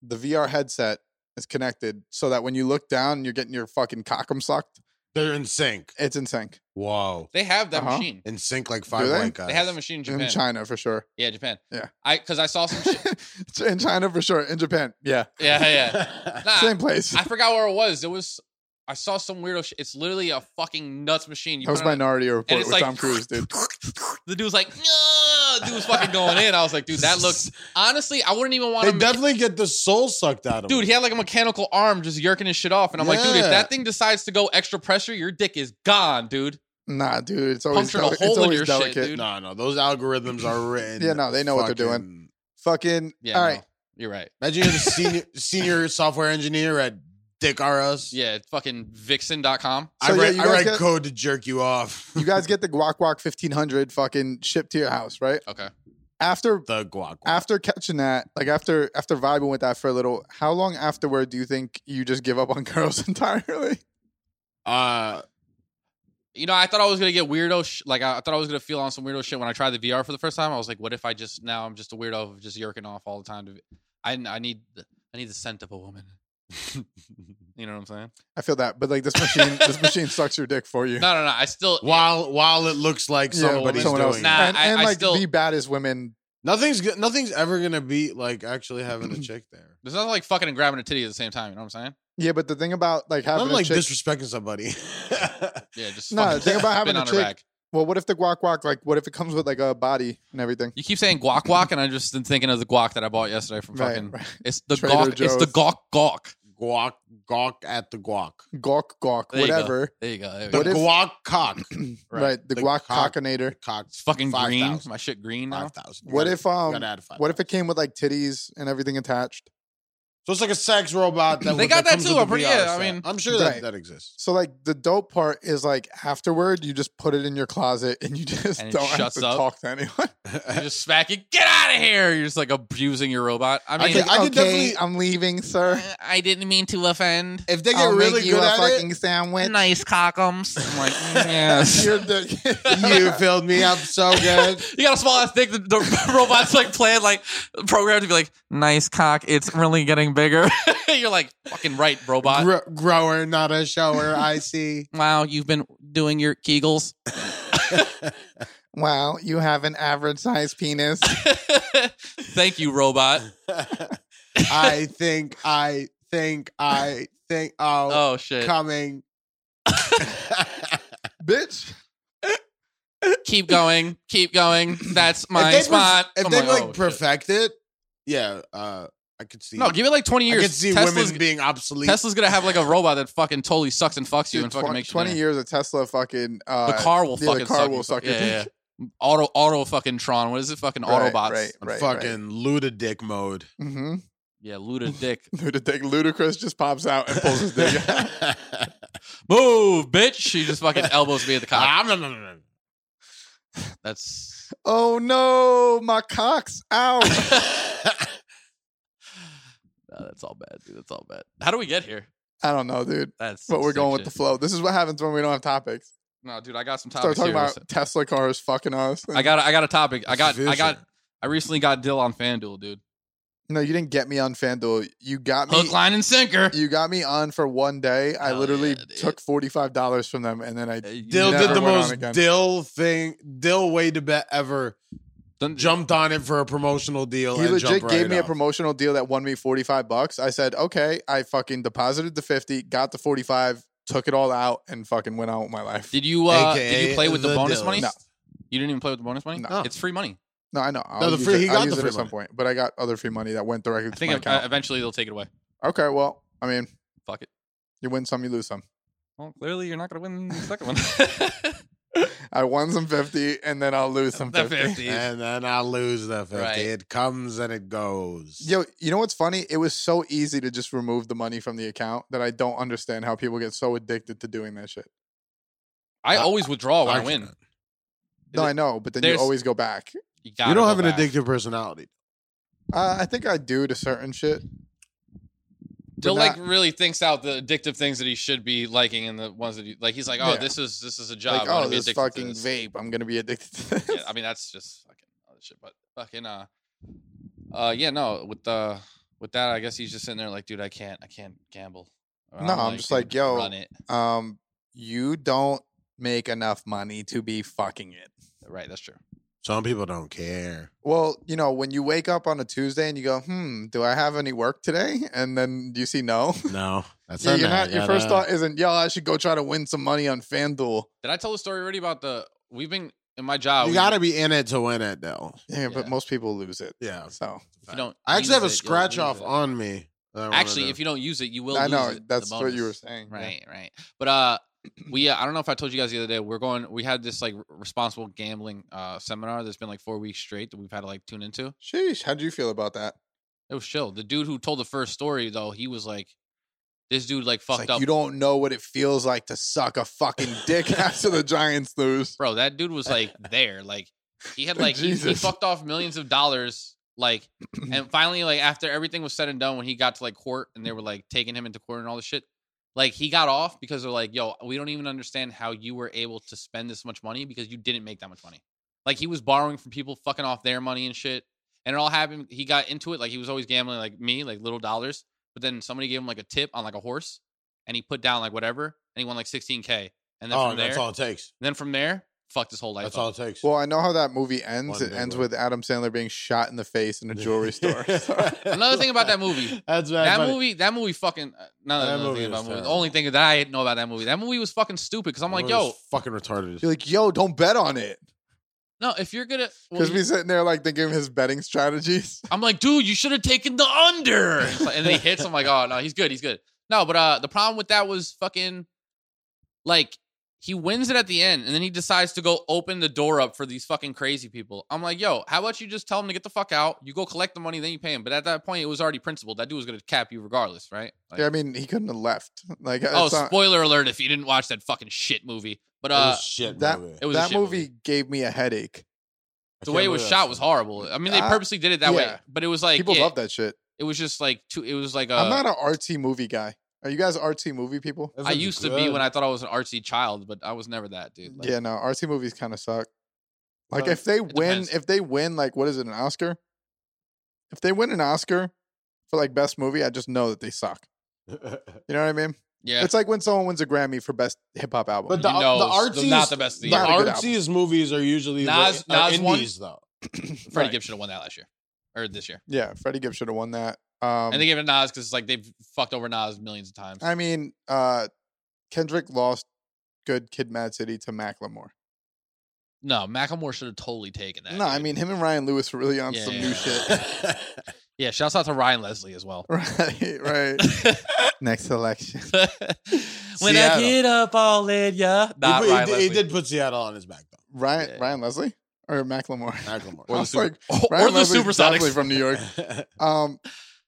the VR headset is connected so that when you look down, and you're getting your fucking cockum sucked. They're in sync. It's in sync Wow. They have that Uh-huh. machine. In sync like five they? white guys. They have that machine in Japan. in China for sure. Yeah, Japan. Yeah. I because I saw some shit. It's in China for sure. In Japan, yeah, Yeah, yeah. Nah, same place. Ah, I forgot where it was. It was I saw some weirdo shit. It's literally a fucking nuts machine. You that was put it on- Minority Report and with it's like Tom Cruise, dude. The dude was like, "Nyah!" dude was fucking going in. I was like, dude, that looks honestly, I wouldn't even want They to definitely get the soul sucked out of Dude, he had like a mechanical arm just yerking his shit off. And I'm like, dude, if Yeah. that thing decides to go extra pressure, your dick is gone, dude. Nah, dude, it's always Punctured a deli- hole it's in always your shit, delicate. dude. No, no, those algorithms are written. Yeah, no, they know what they're doing. fucking- Fucking Yeah. all no, right. You're right. Imagine you're the senior senior software engineer at Dick RS. Yeah, fucking vixen.com. So, I yeah, write, you I guys write get- code to jerk you off. you guys get the guac guac 1500 fucking shipped to your house right Okay. after the guac. after catching that like after after vibing with that for a little how long afterward do you think you just give up on girls entirely Uh, You know, I thought I was gonna get weirdo. Sh- like I, I thought I was gonna feel on some weirdo shit when I tried the VR for the first time. I was like, what if I just now I'm just a weirdo of just yerking off all the time? To v- I I need the- I need the scent of a woman. you know what I'm saying? i feel that but like this machine this machine sucks your dick for you No, no, no. I still while while it looks like Yeah, somebody's someone else- doing Nah. it. and, I- and I like still- the baddest women nothing's go- nothing's ever gonna beat like actually having a chick there. There's nothing like fucking and grabbing a titty at the same time. You know what I'm saying? yeah but the thing about like I'm having a like chick disrespecting somebody. Yeah, just No, fucking think about having spin a on her chick- back. well what if the guac guac like what if it comes with like a body and everything You keep saying guac guac, and I just been thinking of the guac that I bought yesterday from fucking. right, right. It's the Trader gawk. It's the Joe's. gawk gawk. guac gawk at the guac. guac guac There you go. whatever There you go. There you The What go. if- guac cock. right. Right. the, The guac cock- cockinator Cock. It's fucking Five green. thousand. My shit green now. Five thousand. what if um gotta add five what if it came with like titties and everything attached So it's like a sex robot. That They got that comes too, with the I'm pretty- VR yeah, I set. mean- I'm sure that, Right. that exists. So like the dope part is like afterward, you just put it in your closet and you just And it don't have shuts to up. talk to anyone. You just smack it. Get out of here. You're just like abusing your robot. I I mean, could- okay, definitely- I'm leaving, sir. "Uh, I didn't mean to offend. If they get I'll really make you good a at fucking it, sandwich. Nice cockums. I'm like, "Mm, yes. You're the- you filled me up so good. You got a small ass dick. The, the robot's like playing like programmed to be like, nice cock. It's really getting bigger. You're like, fucking right, robot. Gr- grower, not a shower. I see. wow, you've been doing your kegels. wow, you have an average sized penis. Thank you, robot. I think. I think. I think. Oh, Oh shit. coming. Bitch. Keep going. Keep going. That's my if they, perf- spot. if I'm they oh, like shit. perfect it, yeah, uh, I could see. No, give it like 20 I years. could see Tesla's, women being obsolete. Tesla's gonna have like a robot that fucking totally sucks and fucks you Dude, and fucking twen- makes you 20 dinner. years of Tesla fucking uh The car will yeah, the fucking car suck will you. suck your yeah, yeah, yeah. Auto auto fucking Tron. What is it? Fucking right, Autobots. Right, right, right. fucking ludic mode. Mm-hmm. Yeah, Luda Dick. Ludacris just pops out and pulls his dick out. Move, bitch. She just fucking elbows me in the cock. Ah, no, no, no, no. Ah. That's Oh no, my cock's out. no, that's all bad, dude. That's all bad. How do we get here? I don't know, dude. That's But some we're sick going with the shit. flow. This is what happens when we don't have topics. No, dude, I got some Start topics talking here. about Tesla cars fucking us. I got a- I got a topic. I got I got Future. I recently got Dill on FanDuel, dude. no, you didn't get me on FanDuel. You got me. Hook, line, and sinker. You got me on for one day. I Hell literally yeah, dude. took forty five dollars from them, and then I Uh, You Dill never did the went on most again. Dill thing, Dill way to bet ever. done- Jumped on it for a promotional deal. he and legit jumped gave right me up. a promotional deal that won me forty five bucks. I said okay. I fucking deposited the fifty, got the forty five, took it all out, and fucking went on with my life. Did you uh, AKA did you play with the, bonus Dillist. money? You didn't even play with the bonus money. No. It's free money. No, I know. I'll the use free- it- he I'll got use it the free at some money. point, but I got other free money that went directly I to think my ev- uh, account. eventually they'll take it away. okay, well, I mean, Fuck it. you win some, you lose some. Well, clearly you're not gonna win the second one. I won some fifty, and then I'll lose some The 50. 50. and then I lose the 50. Right. It comes and it goes. Yo, you know what's funny? It was so easy to just remove the money from the account that I don't understand how people get so addicted to doing that shit. I I- always withdraw when I, I win. can't. No, Is it- I know, but then you there's- always go back. You, you gotta don't go have an back. addictive personality. Uh, I think I do to certain shit. but Dill like not- really thinks out the addictive things that he should be liking and the ones that he like. He's like, oh, Yeah. this is this is a job. Like, I wanna oh, be this addicted to fucking this." vape. I'm gonna be addicted to this. yeah, I mean that's just fucking other shit. But fucking uh, uh, yeah, no. With the with that, I guess he's just sitting there like, dude, I can't, I can't gamble. Or No, I'm just like, dude, yo, run it. um, you don't make enough money to be fucking it. Right, that's true. Some people don't care. Well, you know, when you wake up on a Tuesday and you go, hmm, do I have any work today? And then you see no. No, that's Yeah, not you're that. not, your Yeah, first no. thought isn't, yo, I should go try to win some money on FanDuel. Did I tell the story already about the? We've been in my job. Oh, You we- got to be in it to win it, though. Yeah, but Yeah. most people lose it. Yeah. So If you don't I use actually have it, a you'll scratch lose off it. on me. that I wanna Actually, do. if you don't use it, you will. I lose know it, the that's what you were bonus. saying. yeah. Right, right. But uh, we uh, I don't know if I told you guys the other day we're going. We had this like r- responsible gambling uh seminar that's been like four weeks straight that we've had to like tune into. Sheesh, how do you feel about that? It was chill. The dude who told the first story though, he was like, this dude like It's fucked like, up. You don't know what it feels like to suck a fucking dick after the Giants lose. bro that dude was like there like he had like he, he Jesus. fucked off millions of dollars like and finally like after everything was said and done when he got to like court and they were like taking him into court and all this shit like he got off because they're like yo we don't even understand how you were able to spend this much money because you didn't make that much money like he was borrowing from people fucking off their money and shit and it all happened he got into it like he was always gambling like me like little dollars but then somebody gave him like a tip on like a horse and he put down like whatever and he won like 16k and then oh, from there that's all it takes. and then from there, fucked his whole life. That's up. all it takes. Well, I know how that movie ends. One It big ends word. with Adam Sandler being shot in the face in a jewelry store. So- Another thing about that movie. That's bad. That funny. movie, that movie, fucking. Uh, none That of movie thing was about movie. The terrible. only thing that I know about that movie, that movie was fucking stupid. Because I'm That like, movie was yo, fucking retarded. You're like, yo, don't bet on it. no, if you're gonna, well, Because you- we sitting there like thinking of his betting strategies. I'm like, dude, you should have taken the under. It's like- And then he hits. I'm like, oh no, he's good, he's good. No, but uh, the problem with that was fucking, like, he wins it at the end, and then he decides to go open the door up for these fucking crazy people. I'm like, yo, how about you just tell him to get the fuck out? You go collect the money, then you pay him. But at that point, it was already principled. That dude was gonna cap you regardless, right? Like, yeah, I mean, he couldn't have left. Like, uh, Oh, it's not- spoiler alert! If you didn't watch that fucking shit movie, but It uh, was a shit that- movie. it was a that shit movie, movie. gave me a headache. the I can't way it believe was that's shot was funny. horrible. I mean, they Uh, purposely did it that way, yeah. but it Uh was like people yeah, love that shit. It was just like too. It was like a. I'm not an artsy movie guy. Are you guys artsy movie people? That I was used to be good. when I thought I was an artsy child, but I was never that dude. Like, yeah, no, artsy movies kind of suck. Like Uh, if they win, depends. if they win, like what is it, an Oscar? If they win an Oscar for like best movie, I just know that they suck. You know what I mean? yeah. It's like when someone wins a Grammy for best hip hop album. But the, You know, the it's artsiest, not the best of the the year. Not a good artsiest movies are usually Nas- the, are Nas won? indies, though. Freddie right. Gibbs should have won that last year or this year, yeah, Freddie Gibbs should have won that. Um, and they gave it to Nas because it's like they've fucked over Nas millions of times. I mean, uh, Kendrick lost "Good Kid, Mad City" to Macklemore. no, Macklemore should have totally taken that. No, I dude. mean him and Ryan Lewis were really on some new Yeah. shit. yeah. Shouts out to Ryan Leslie as well. right, right. Next election. when I Seattle. get up all in ya, not he, put- he Ryan did- Leslie. he did put Seattle on his back, though. Ryan Yeah. Ryan Leslie or Macklemore? Macklemore. the I was Super- like, or, Ryan or the Leslie's Supersonics. definitely from New York. Um,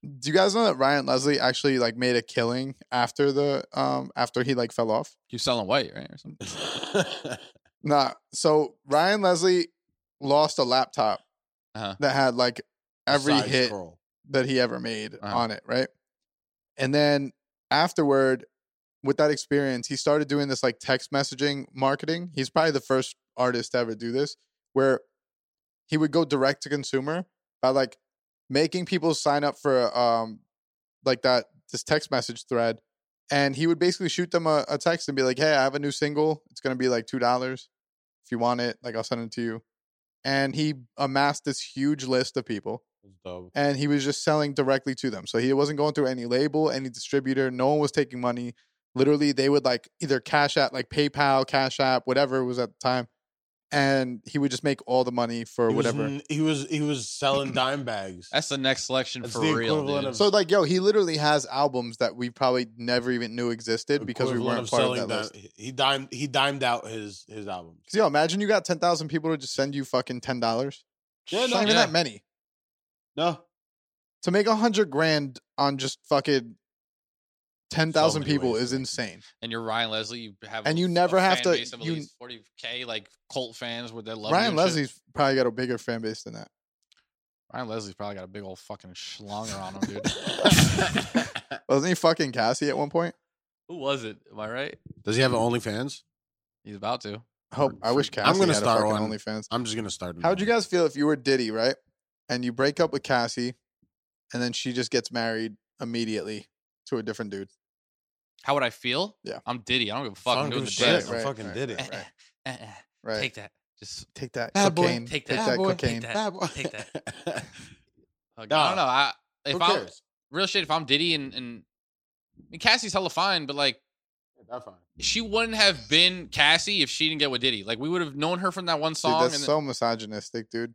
do you guys know that Ryan Leslie actually like made a killing after the um after he like fell off? He was selling white, right, or something. Nah. So Ryan Leslie lost a laptop Uh-huh. that had like every Side hit scroll. that he ever made Uh-huh. on it, right? And then afterward, with that experience, he started doing this like text messaging marketing. He's probably the first artist to ever do this, where he would go direct to consumer by like making people sign up for um like that this text message thread. And he would basically shoot them a, a text and be like, Hey, I have a new single. It's gonna be like two dollars. If you want it, like I'll send it to you. And he amassed this huge list of people That's dope. and he was just selling directly to them. So he wasn't going through any label, any distributor. No one was taking money. Literally, they would like either cash out, like PayPal, Cash App, whatever it was at the time, and he would just make all the money for He was whatever. n- he was he was selling dime bags. That's the next selection That's for the real, equivalent dude. of- so like, yo, he literally has albums that we probably never even knew existed because we weren't Equivalent part of that selling list. dime- He dimed he dimed out his his albums. 'Cause, yo, imagine you got ten thousand people to just send you fucking ten dollars. Yeah, It's no, not even yeah. that many. No, To make a hundred grand on just fucking ten thousand many people ways to is make- insane. and you're Ryan Leslie. You have And a- you a never have fan to- base of at you- least 40k like cult fans with their love. you Ryan and shit. Leslie's probably got a bigger fan base than that. Ryan Leslie's probably got a big old fucking schlonger on him, dude. Wasn't he fucking Cassie at one point? Who was it? Am I right? does he have an OnlyFans? He's about to. I Hope I wish Cassie. I'm gonna had start a fucking one. OnlyFans. I'm just gonna start. How would you guys feel if you were Diddy, right? And you break up with Cassie, and then she just gets married immediately to a different dude. How would I feel? Yeah. I'm Diddy. I don't give a fuck. I'm doing the shit, best. right, I fucking right, did it. right. Eh, eh, Right. Take that. Just Take that Bad boy. cocaine. Take Take that. that boy. cocaine. that. Bad boy. Take fuck, I Nah. don't know. I if Who I'm cares? real shit, if I'm Diddy and and I mean, Cassie's hella fine, but like That's fine. she wouldn't have been Cassie if she didn't get with Diddy. Like we would have known her from that one Dude, song. that's and then- so misogynistic, dude.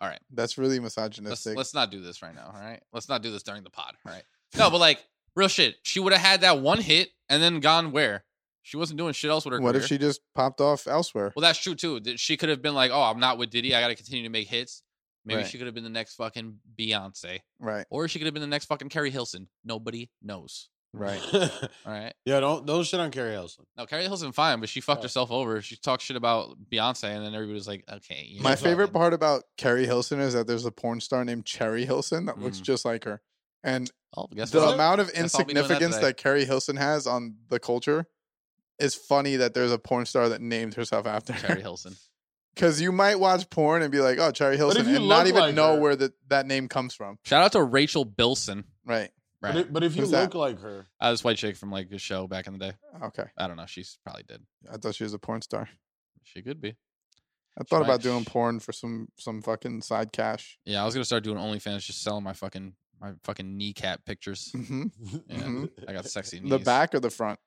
All right. That's really let's, misogynistic. let's not do this right now. All right. Let's not do this during the pod. All right. No, but like real shit. She would have had that one hit and then gone where she wasn't doing shit else with her. what if career. she just popped off elsewhere? Well, that's true too. That She could have been like, "Oh, I'm not with Diddy. I got to continue to make hits." Maybe Right. she could have been the next fucking Beyonce, Right, or she could have been the next fucking Carrie Hilson. Nobody knows. right. All right. yeah, don't don't shit on Carrie Elson. No, Carrie Hilson fine, but she fucked Yeah. herself over. She talked shit about Beyonce, and then everybody was like, "Okay." you My know, favorite fucking- part about Carrie Hilson is that there's a porn star named Cherry Hilson that looks Mm. just like her. And Oh, guess the what? amount of Guess I'll be doing that insignificance that, today. Carrie Hilson has on the culture is funny that there's a porn star that named herself after Carrie her. Hilson. Because you might watch porn and be like, oh, Cherry But if Hilson, you and not look even like know her- where the, that name comes from. Shout out to Rachel Bilson. Right. Right. But if, but if you Who's look that? like her, uh, this white chick from like a show back in the day. Okay. I don't know. She's probably dead. I thought she was a porn star. She could be. I thought might- about doing porn for some some fucking side cash. Yeah, I was gonna start doing OnlyFans, just selling my fucking my fucking kneecap pictures. hmm Yeah, Mhm. I got sexy knees. The back or the front?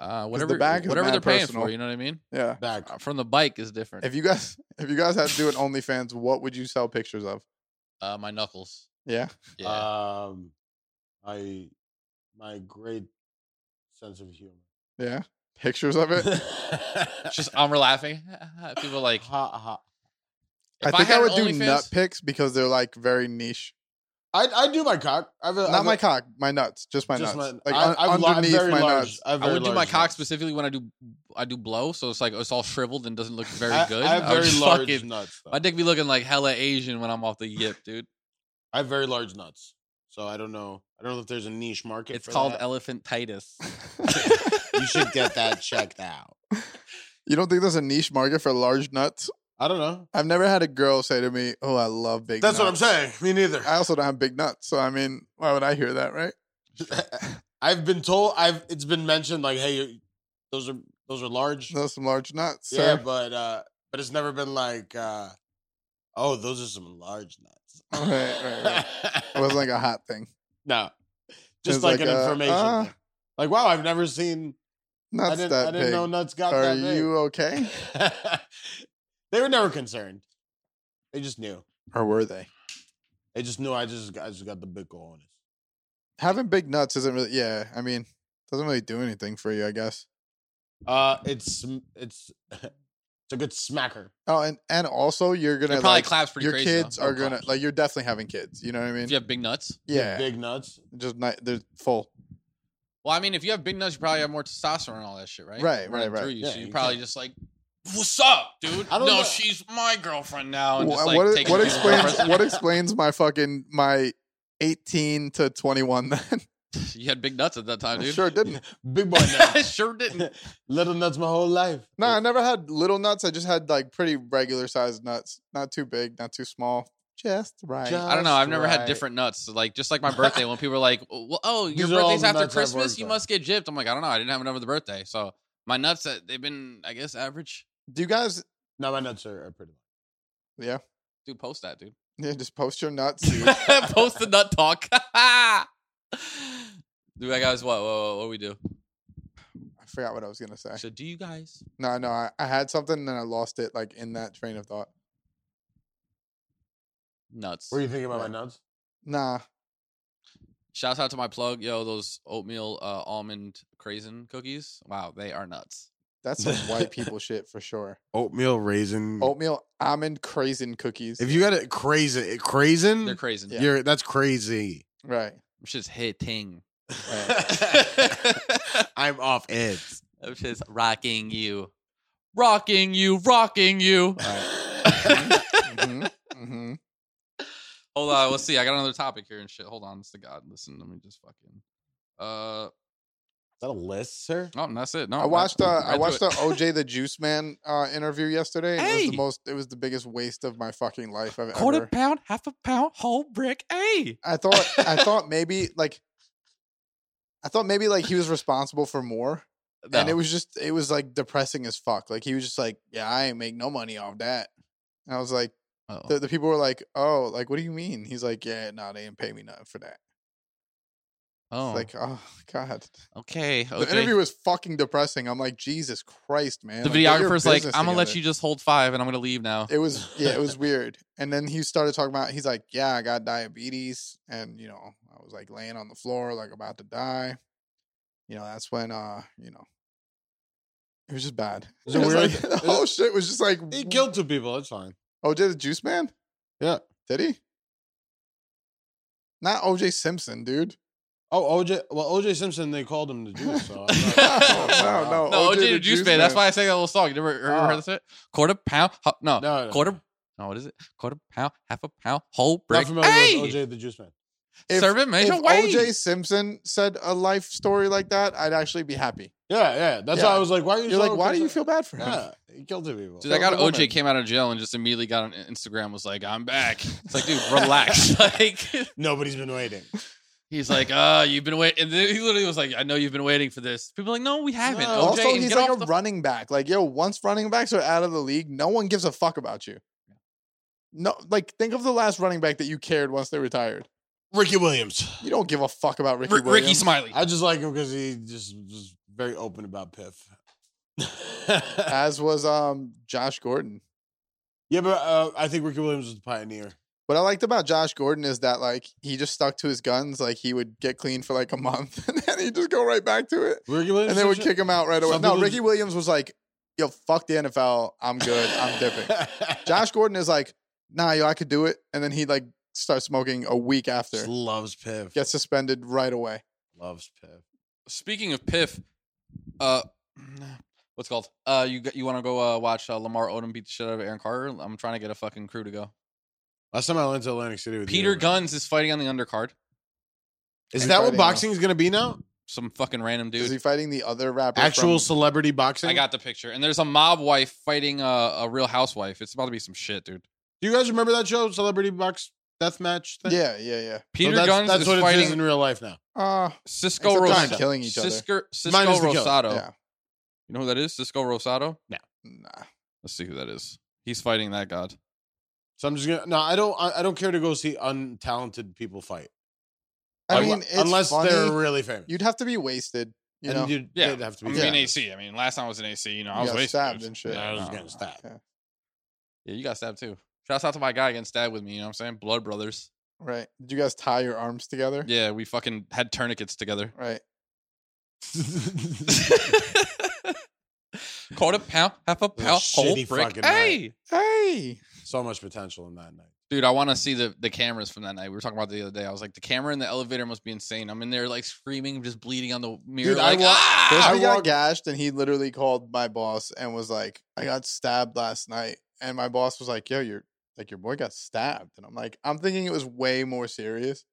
uh, 'Cause whatever, the back is whatever mad they're paying personal. for. You know what I mean? Yeah. back. Uh, From the bike is different. If you guys if you guys had to do an OnlyFans, what would you sell pictures of? uh, my knuckles. Yeah. Yeah. Uh, Um, I my great sense of humor. Yeah. Pictures of it. It's just I'm laughing. People are like ha, ha. I If I think I, had an would do OnlyFans- nut pics because they're like very niche. I I do my cock. I've, Not my cock, my nuts, just my nuts. like un- underneath my nuts. I would do my cock specifically when I do I do blow, so it's like it's all shriveled and doesn't look very good. I, have would very just large fucking- nuts. Though. my dick be looking like hella Asian when I'm off the yip, dude. I have very large nuts. So I don't know. I don't know if there's a niche market. It's for called that. elephantitis. you should get that checked out. You don't think there's a niche market for large nuts? I don't know. I've never had a girl say to me, "Oh, I love big." That's what I'm nuts." saying. Me neither. I also don't have big nuts, so I mean, why would I hear that, right? I've been told. I've. It's been mentioned like, hey, you- those are those are large. Those some large nuts. yeah, sir. but uh, but it's never been like, uh, oh, those are some large nuts. Right, right, right. it wasn't like a hot thing. no, was just like, like an a, information. uh, thing. Like, wow, I've never seen. I Nuts didn't. that I didn't big. know nuts got Are that big. you okay? they were never concerned. They just knew. Or were they? They just knew. I just, I just got the big goal on it. Having big nuts isn't really. Yeah, I mean, doesn't really do anything for you, I guess. Uh, it's, sm- it's, it's a good smacker. Oh, and and also you're gonna It probably like claps pretty your crazy. though. kids are Oh, gonna claps. like you're definitely having kids. You know what I mean? If you have big nuts. You have Yeah, big nuts. just not, they're full. Well, I mean, if you have big nuts, you probably have more testosterone and all that shit, right? Right, Running right, right. through You, Yeah, so you you probably can't- just like, what's up, dude? I No, don't know. she's my girlfriend now. Oh, And Wha- just like what, e-, taking what people's explains girlfriends. what explains my fucking my 18 to 21 then? you had big nuts at that time, I Oh, dude. sure didn't. Big boy nuts. sure didn't. Little nuts my whole life. No, I never had little nuts. I just had like pretty regular sized nuts. Not too big, not too small. Just right. Just- I don't know. I've never had Right. different nuts. So, Like just like my birthday, when people are like, "Well, oh, your These are all birthday's the after nuts I've worked Christmas, you with. must get gypped." I'm like, I don't know. I didn't have enough of the birthday, so my nuts uh, they've been, I guess, average. Do you guys No, my nuts are, are pretty. yeah. Dude, post that, dude. Yeah, just post your nuts. dude. post the nut talk. dude, I guys, what, what, what, what do we do? I forgot what I was gonna say. So do you guys? No, no, I, I had something and then I lost it like in that train of thought. Nuts. What are you thinking about Yeah. my nuts? Nah, Shouts out to my plug, yo. Those oatmeal uh, almond craisin cookies. Wow, they are nuts. that's some white people shit for sure. Oatmeal raisin. Hmm. Oatmeal almond craisin cookies. If you got it crazy, craisin, They're craisin. Yeah. you're that's crazy. right, I'm just hitting. I'm off it. I'm just rocking you, rocking you, rocking you. hmm hmm Hold on, let's see. I got another topic here and shit. Hold on, it's the God. Listen, let me just fucking. Uh, that a list, sir? no, and that's it. No, I that- watched uh, read I through watched the it. OJ the Juice Man uh, interview yesterday. and It was Hey! the most. It was the biggest waste of my fucking life I've quarter ever. pound, half a pound, whole brick. Hey, I thought I thought maybe like I thought maybe like he was responsible for more. And it was just it was like depressing as fuck. Like he was just like, Yeah, I ain't make no money off that. And I was like Oh. the, the people were like, Oh, like what do you mean? He's like, Yeah, no, they didn't pay me nothing for that. Oh, It's like, oh God. okay. The interview was fucking depressing. I'm like, Jesus Christ, man. The like, get your videographer's like, business I'm gonna let together." you just hold five, and I'm gonna leave now. It was yeah, it was weird. And then he started talking about he's like, Yeah, I got diabetes and you know, I was like laying on the floor, like about to die. You know, that's when uh, you know. It was just bad. Is it was weird? like- the whole Is- shit was just like uh He killed two people. It's fine. OJ the Juice Man? Yeah. Did he? Not OJ Simpson, dude. Oh, OJ. Well, OJ Simpson. They called him the Jew. So I'm not- No, no, no. No, OJ, OJ oh, the the Juice Juice Man. That's Man. why I sang that little song. You never ever heard Ah. this? shit? Quarter pound. hu- no, No, no. quarter. No, what is it? Quarter pound, half a pound, whole Not brick. familiar Hey, with OJ the Juice Man. If- servant If major way. OJ Simpson said a life story like that, I'd actually be happy. Yeah, yeah. That's Yeah. why I was like, why are you? You're so like, why do you upset? feel bad for him? Yeah, he killed two people. Dude, that guy That was a OJ woman. came out of jail and just immediately got on Instagram was like, "I'm back." It's like, dude, relax. like, Nobody's been waiting. he's like, "Uh, you've been waiting." And then he literally was like, "I know you've been waiting for this." People are like, "No, we haven't." No. OJ, also, and he's Oh, get like off a the- running back. Like, yo, once running backs are out of the league, no one gives a fuck about you. No, like, think of the last running back that you cared once they retired. Ricky Williams. You don't give a fuck about Ricky Ricky, Williams. Ricky Smiley. I just like him because he just was very open about Piff. As was um Josh Gordon. yeah, but uh, I think Ricky Williams was the pioneer. What I liked about Josh Gordon is that like he just stuck to his guns. Like he would get clean for like a month, and then he'd just go right back to it, Ricky Williams. and they would did kick him out right away. Some No, people Ricky just- Williams was like, "Yo, fuck the NFL. I'm shit? good. I'm dipping." Josh Gordon is like, "Nah, yo, I could do it," and then he like starts smoking a week after, Just loves Piff. gets suspended right away. Loves Piff. Speaking of Piff, uh, what's it called? Uh, you got- you want to go uh, watch uh, Lamar Odom beat the shit out of Aaron Carter? I'm trying to get a fucking crew to go. Last time I went to Atlantic City with you, Peter it was- Guns is fighting on the undercard. Is He's that fighting what now. boxing is going to be now? Some fucking random Is he dude. fighting the other rapper? Actual from- celebrity boxing. I got the picture. And there's a mob wife fighting a, a real housewife. It's about to be some shit, dude. Do you guys remember that show, Celebrity Box Death Match? Thing? yeah, yeah, yeah. So Peter that's, Guns that's is what fighting it is in real life now. Uh, Cisco Except they're Rosado. not killing each other. Cisco, Cisco Minus the kill. Rosado. yeah, You know who that is? Cisco Rosado? No. nah. Let's see who that is. He's fighting that god. So I'm just gonna no, I don't I, I don't care to go see untalented people fight. I Unle- mean, it's unless they're funny. really famous. you'd have to be wasted. You and know, you'd, Yeah. they'd have to I'm be Yeah. being AC. I mean, last time I was in AC, you know, I You was got wasted. stabbed dude. and shit. I was no. getting stabbed. Okay. Yeah, you got stabbed too. Shouts out to my guy getting stabbed with me. You know what I'm saying? Blood brothers. right? Did you guys tie your arms together? Yeah, we fucking had tourniquets together. Right. Quarter pound, half a pound, whole shitty brick. fucking night. Hey, Hey. so much potential in that night. dude, I want to see the the cameras from that night. We were talking about it the other day. I was like, the camera in the elevator must be insane. I'm in there like screaming, just bleeding on the mirror. Dude, I like, wa- "Ah!" Crispy I got walked- gashed, and he literally called my boss and was like, "I got stabbed last night," and my boss was like, "Yo, your like your boy got stabbed," and I'm like, "I'm thinking it was way more serious.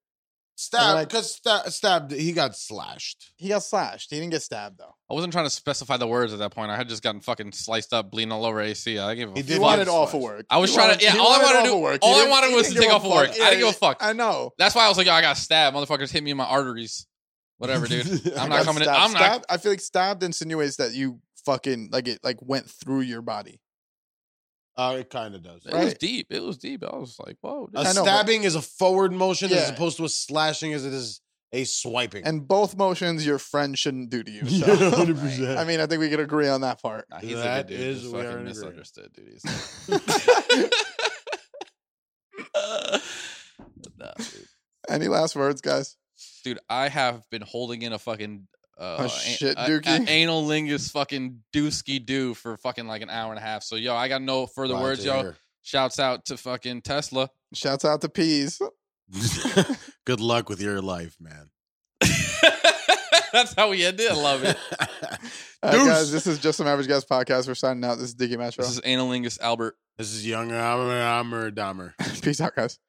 Stabbed like- because stabbed he got slashed. He got slashed. He didn't get stabbed though. I wasn't trying to specify the words at that point. I had just gotten fucking sliced up, bleeding all over AC. I gave a fuck. He did he get wanted slashed. awful work. I was He trying to- yeah, he all I wanted wanted to awful do- work. all I didn't- wanted he was didn't to take give a off of work. I Yeah, didn't give a yeah, fuck. I know. That's why I was like, yo, I got stabbed. Motherfuckers hit me in my arteries. Whatever, dude. I'm I not got coming in- stabbed. I'm not- stabbed. I feel like stabbed insinuates that you fucking like it like went through your body. Uh, it kind of does. It was Right. deep. It was deep. I was like, whoa. dude. A I know, but- stabbing is a forward motion as Yeah. opposed to a slashing as it is a swiping. And both motions your friend shouldn't do to you. Yeah, So. 100%. I mean, I think we could agree on that part. Nah, he's That a good dude. is just we are fucking in agreement. misunderstood, dude. He's Nah, dude. Any last words, guys? Dude, I have been holding in a fucking Oh, uh, shit a- a- dookie? anal lingus fucking dooski doo for fucking like an hour and a half. So yo, I got no further Glad words, to yo. hear. Shouts out to fucking Tesla. Shouts out to peas. Good luck with your life, man. That's how we end it. I love it. All right, Deuce. guys, this is Just Some Average Guys podcast. We're signing out. This is Diggy Matro. This is analingus Albert. This is young Amr Dahmer. Peace out, guys.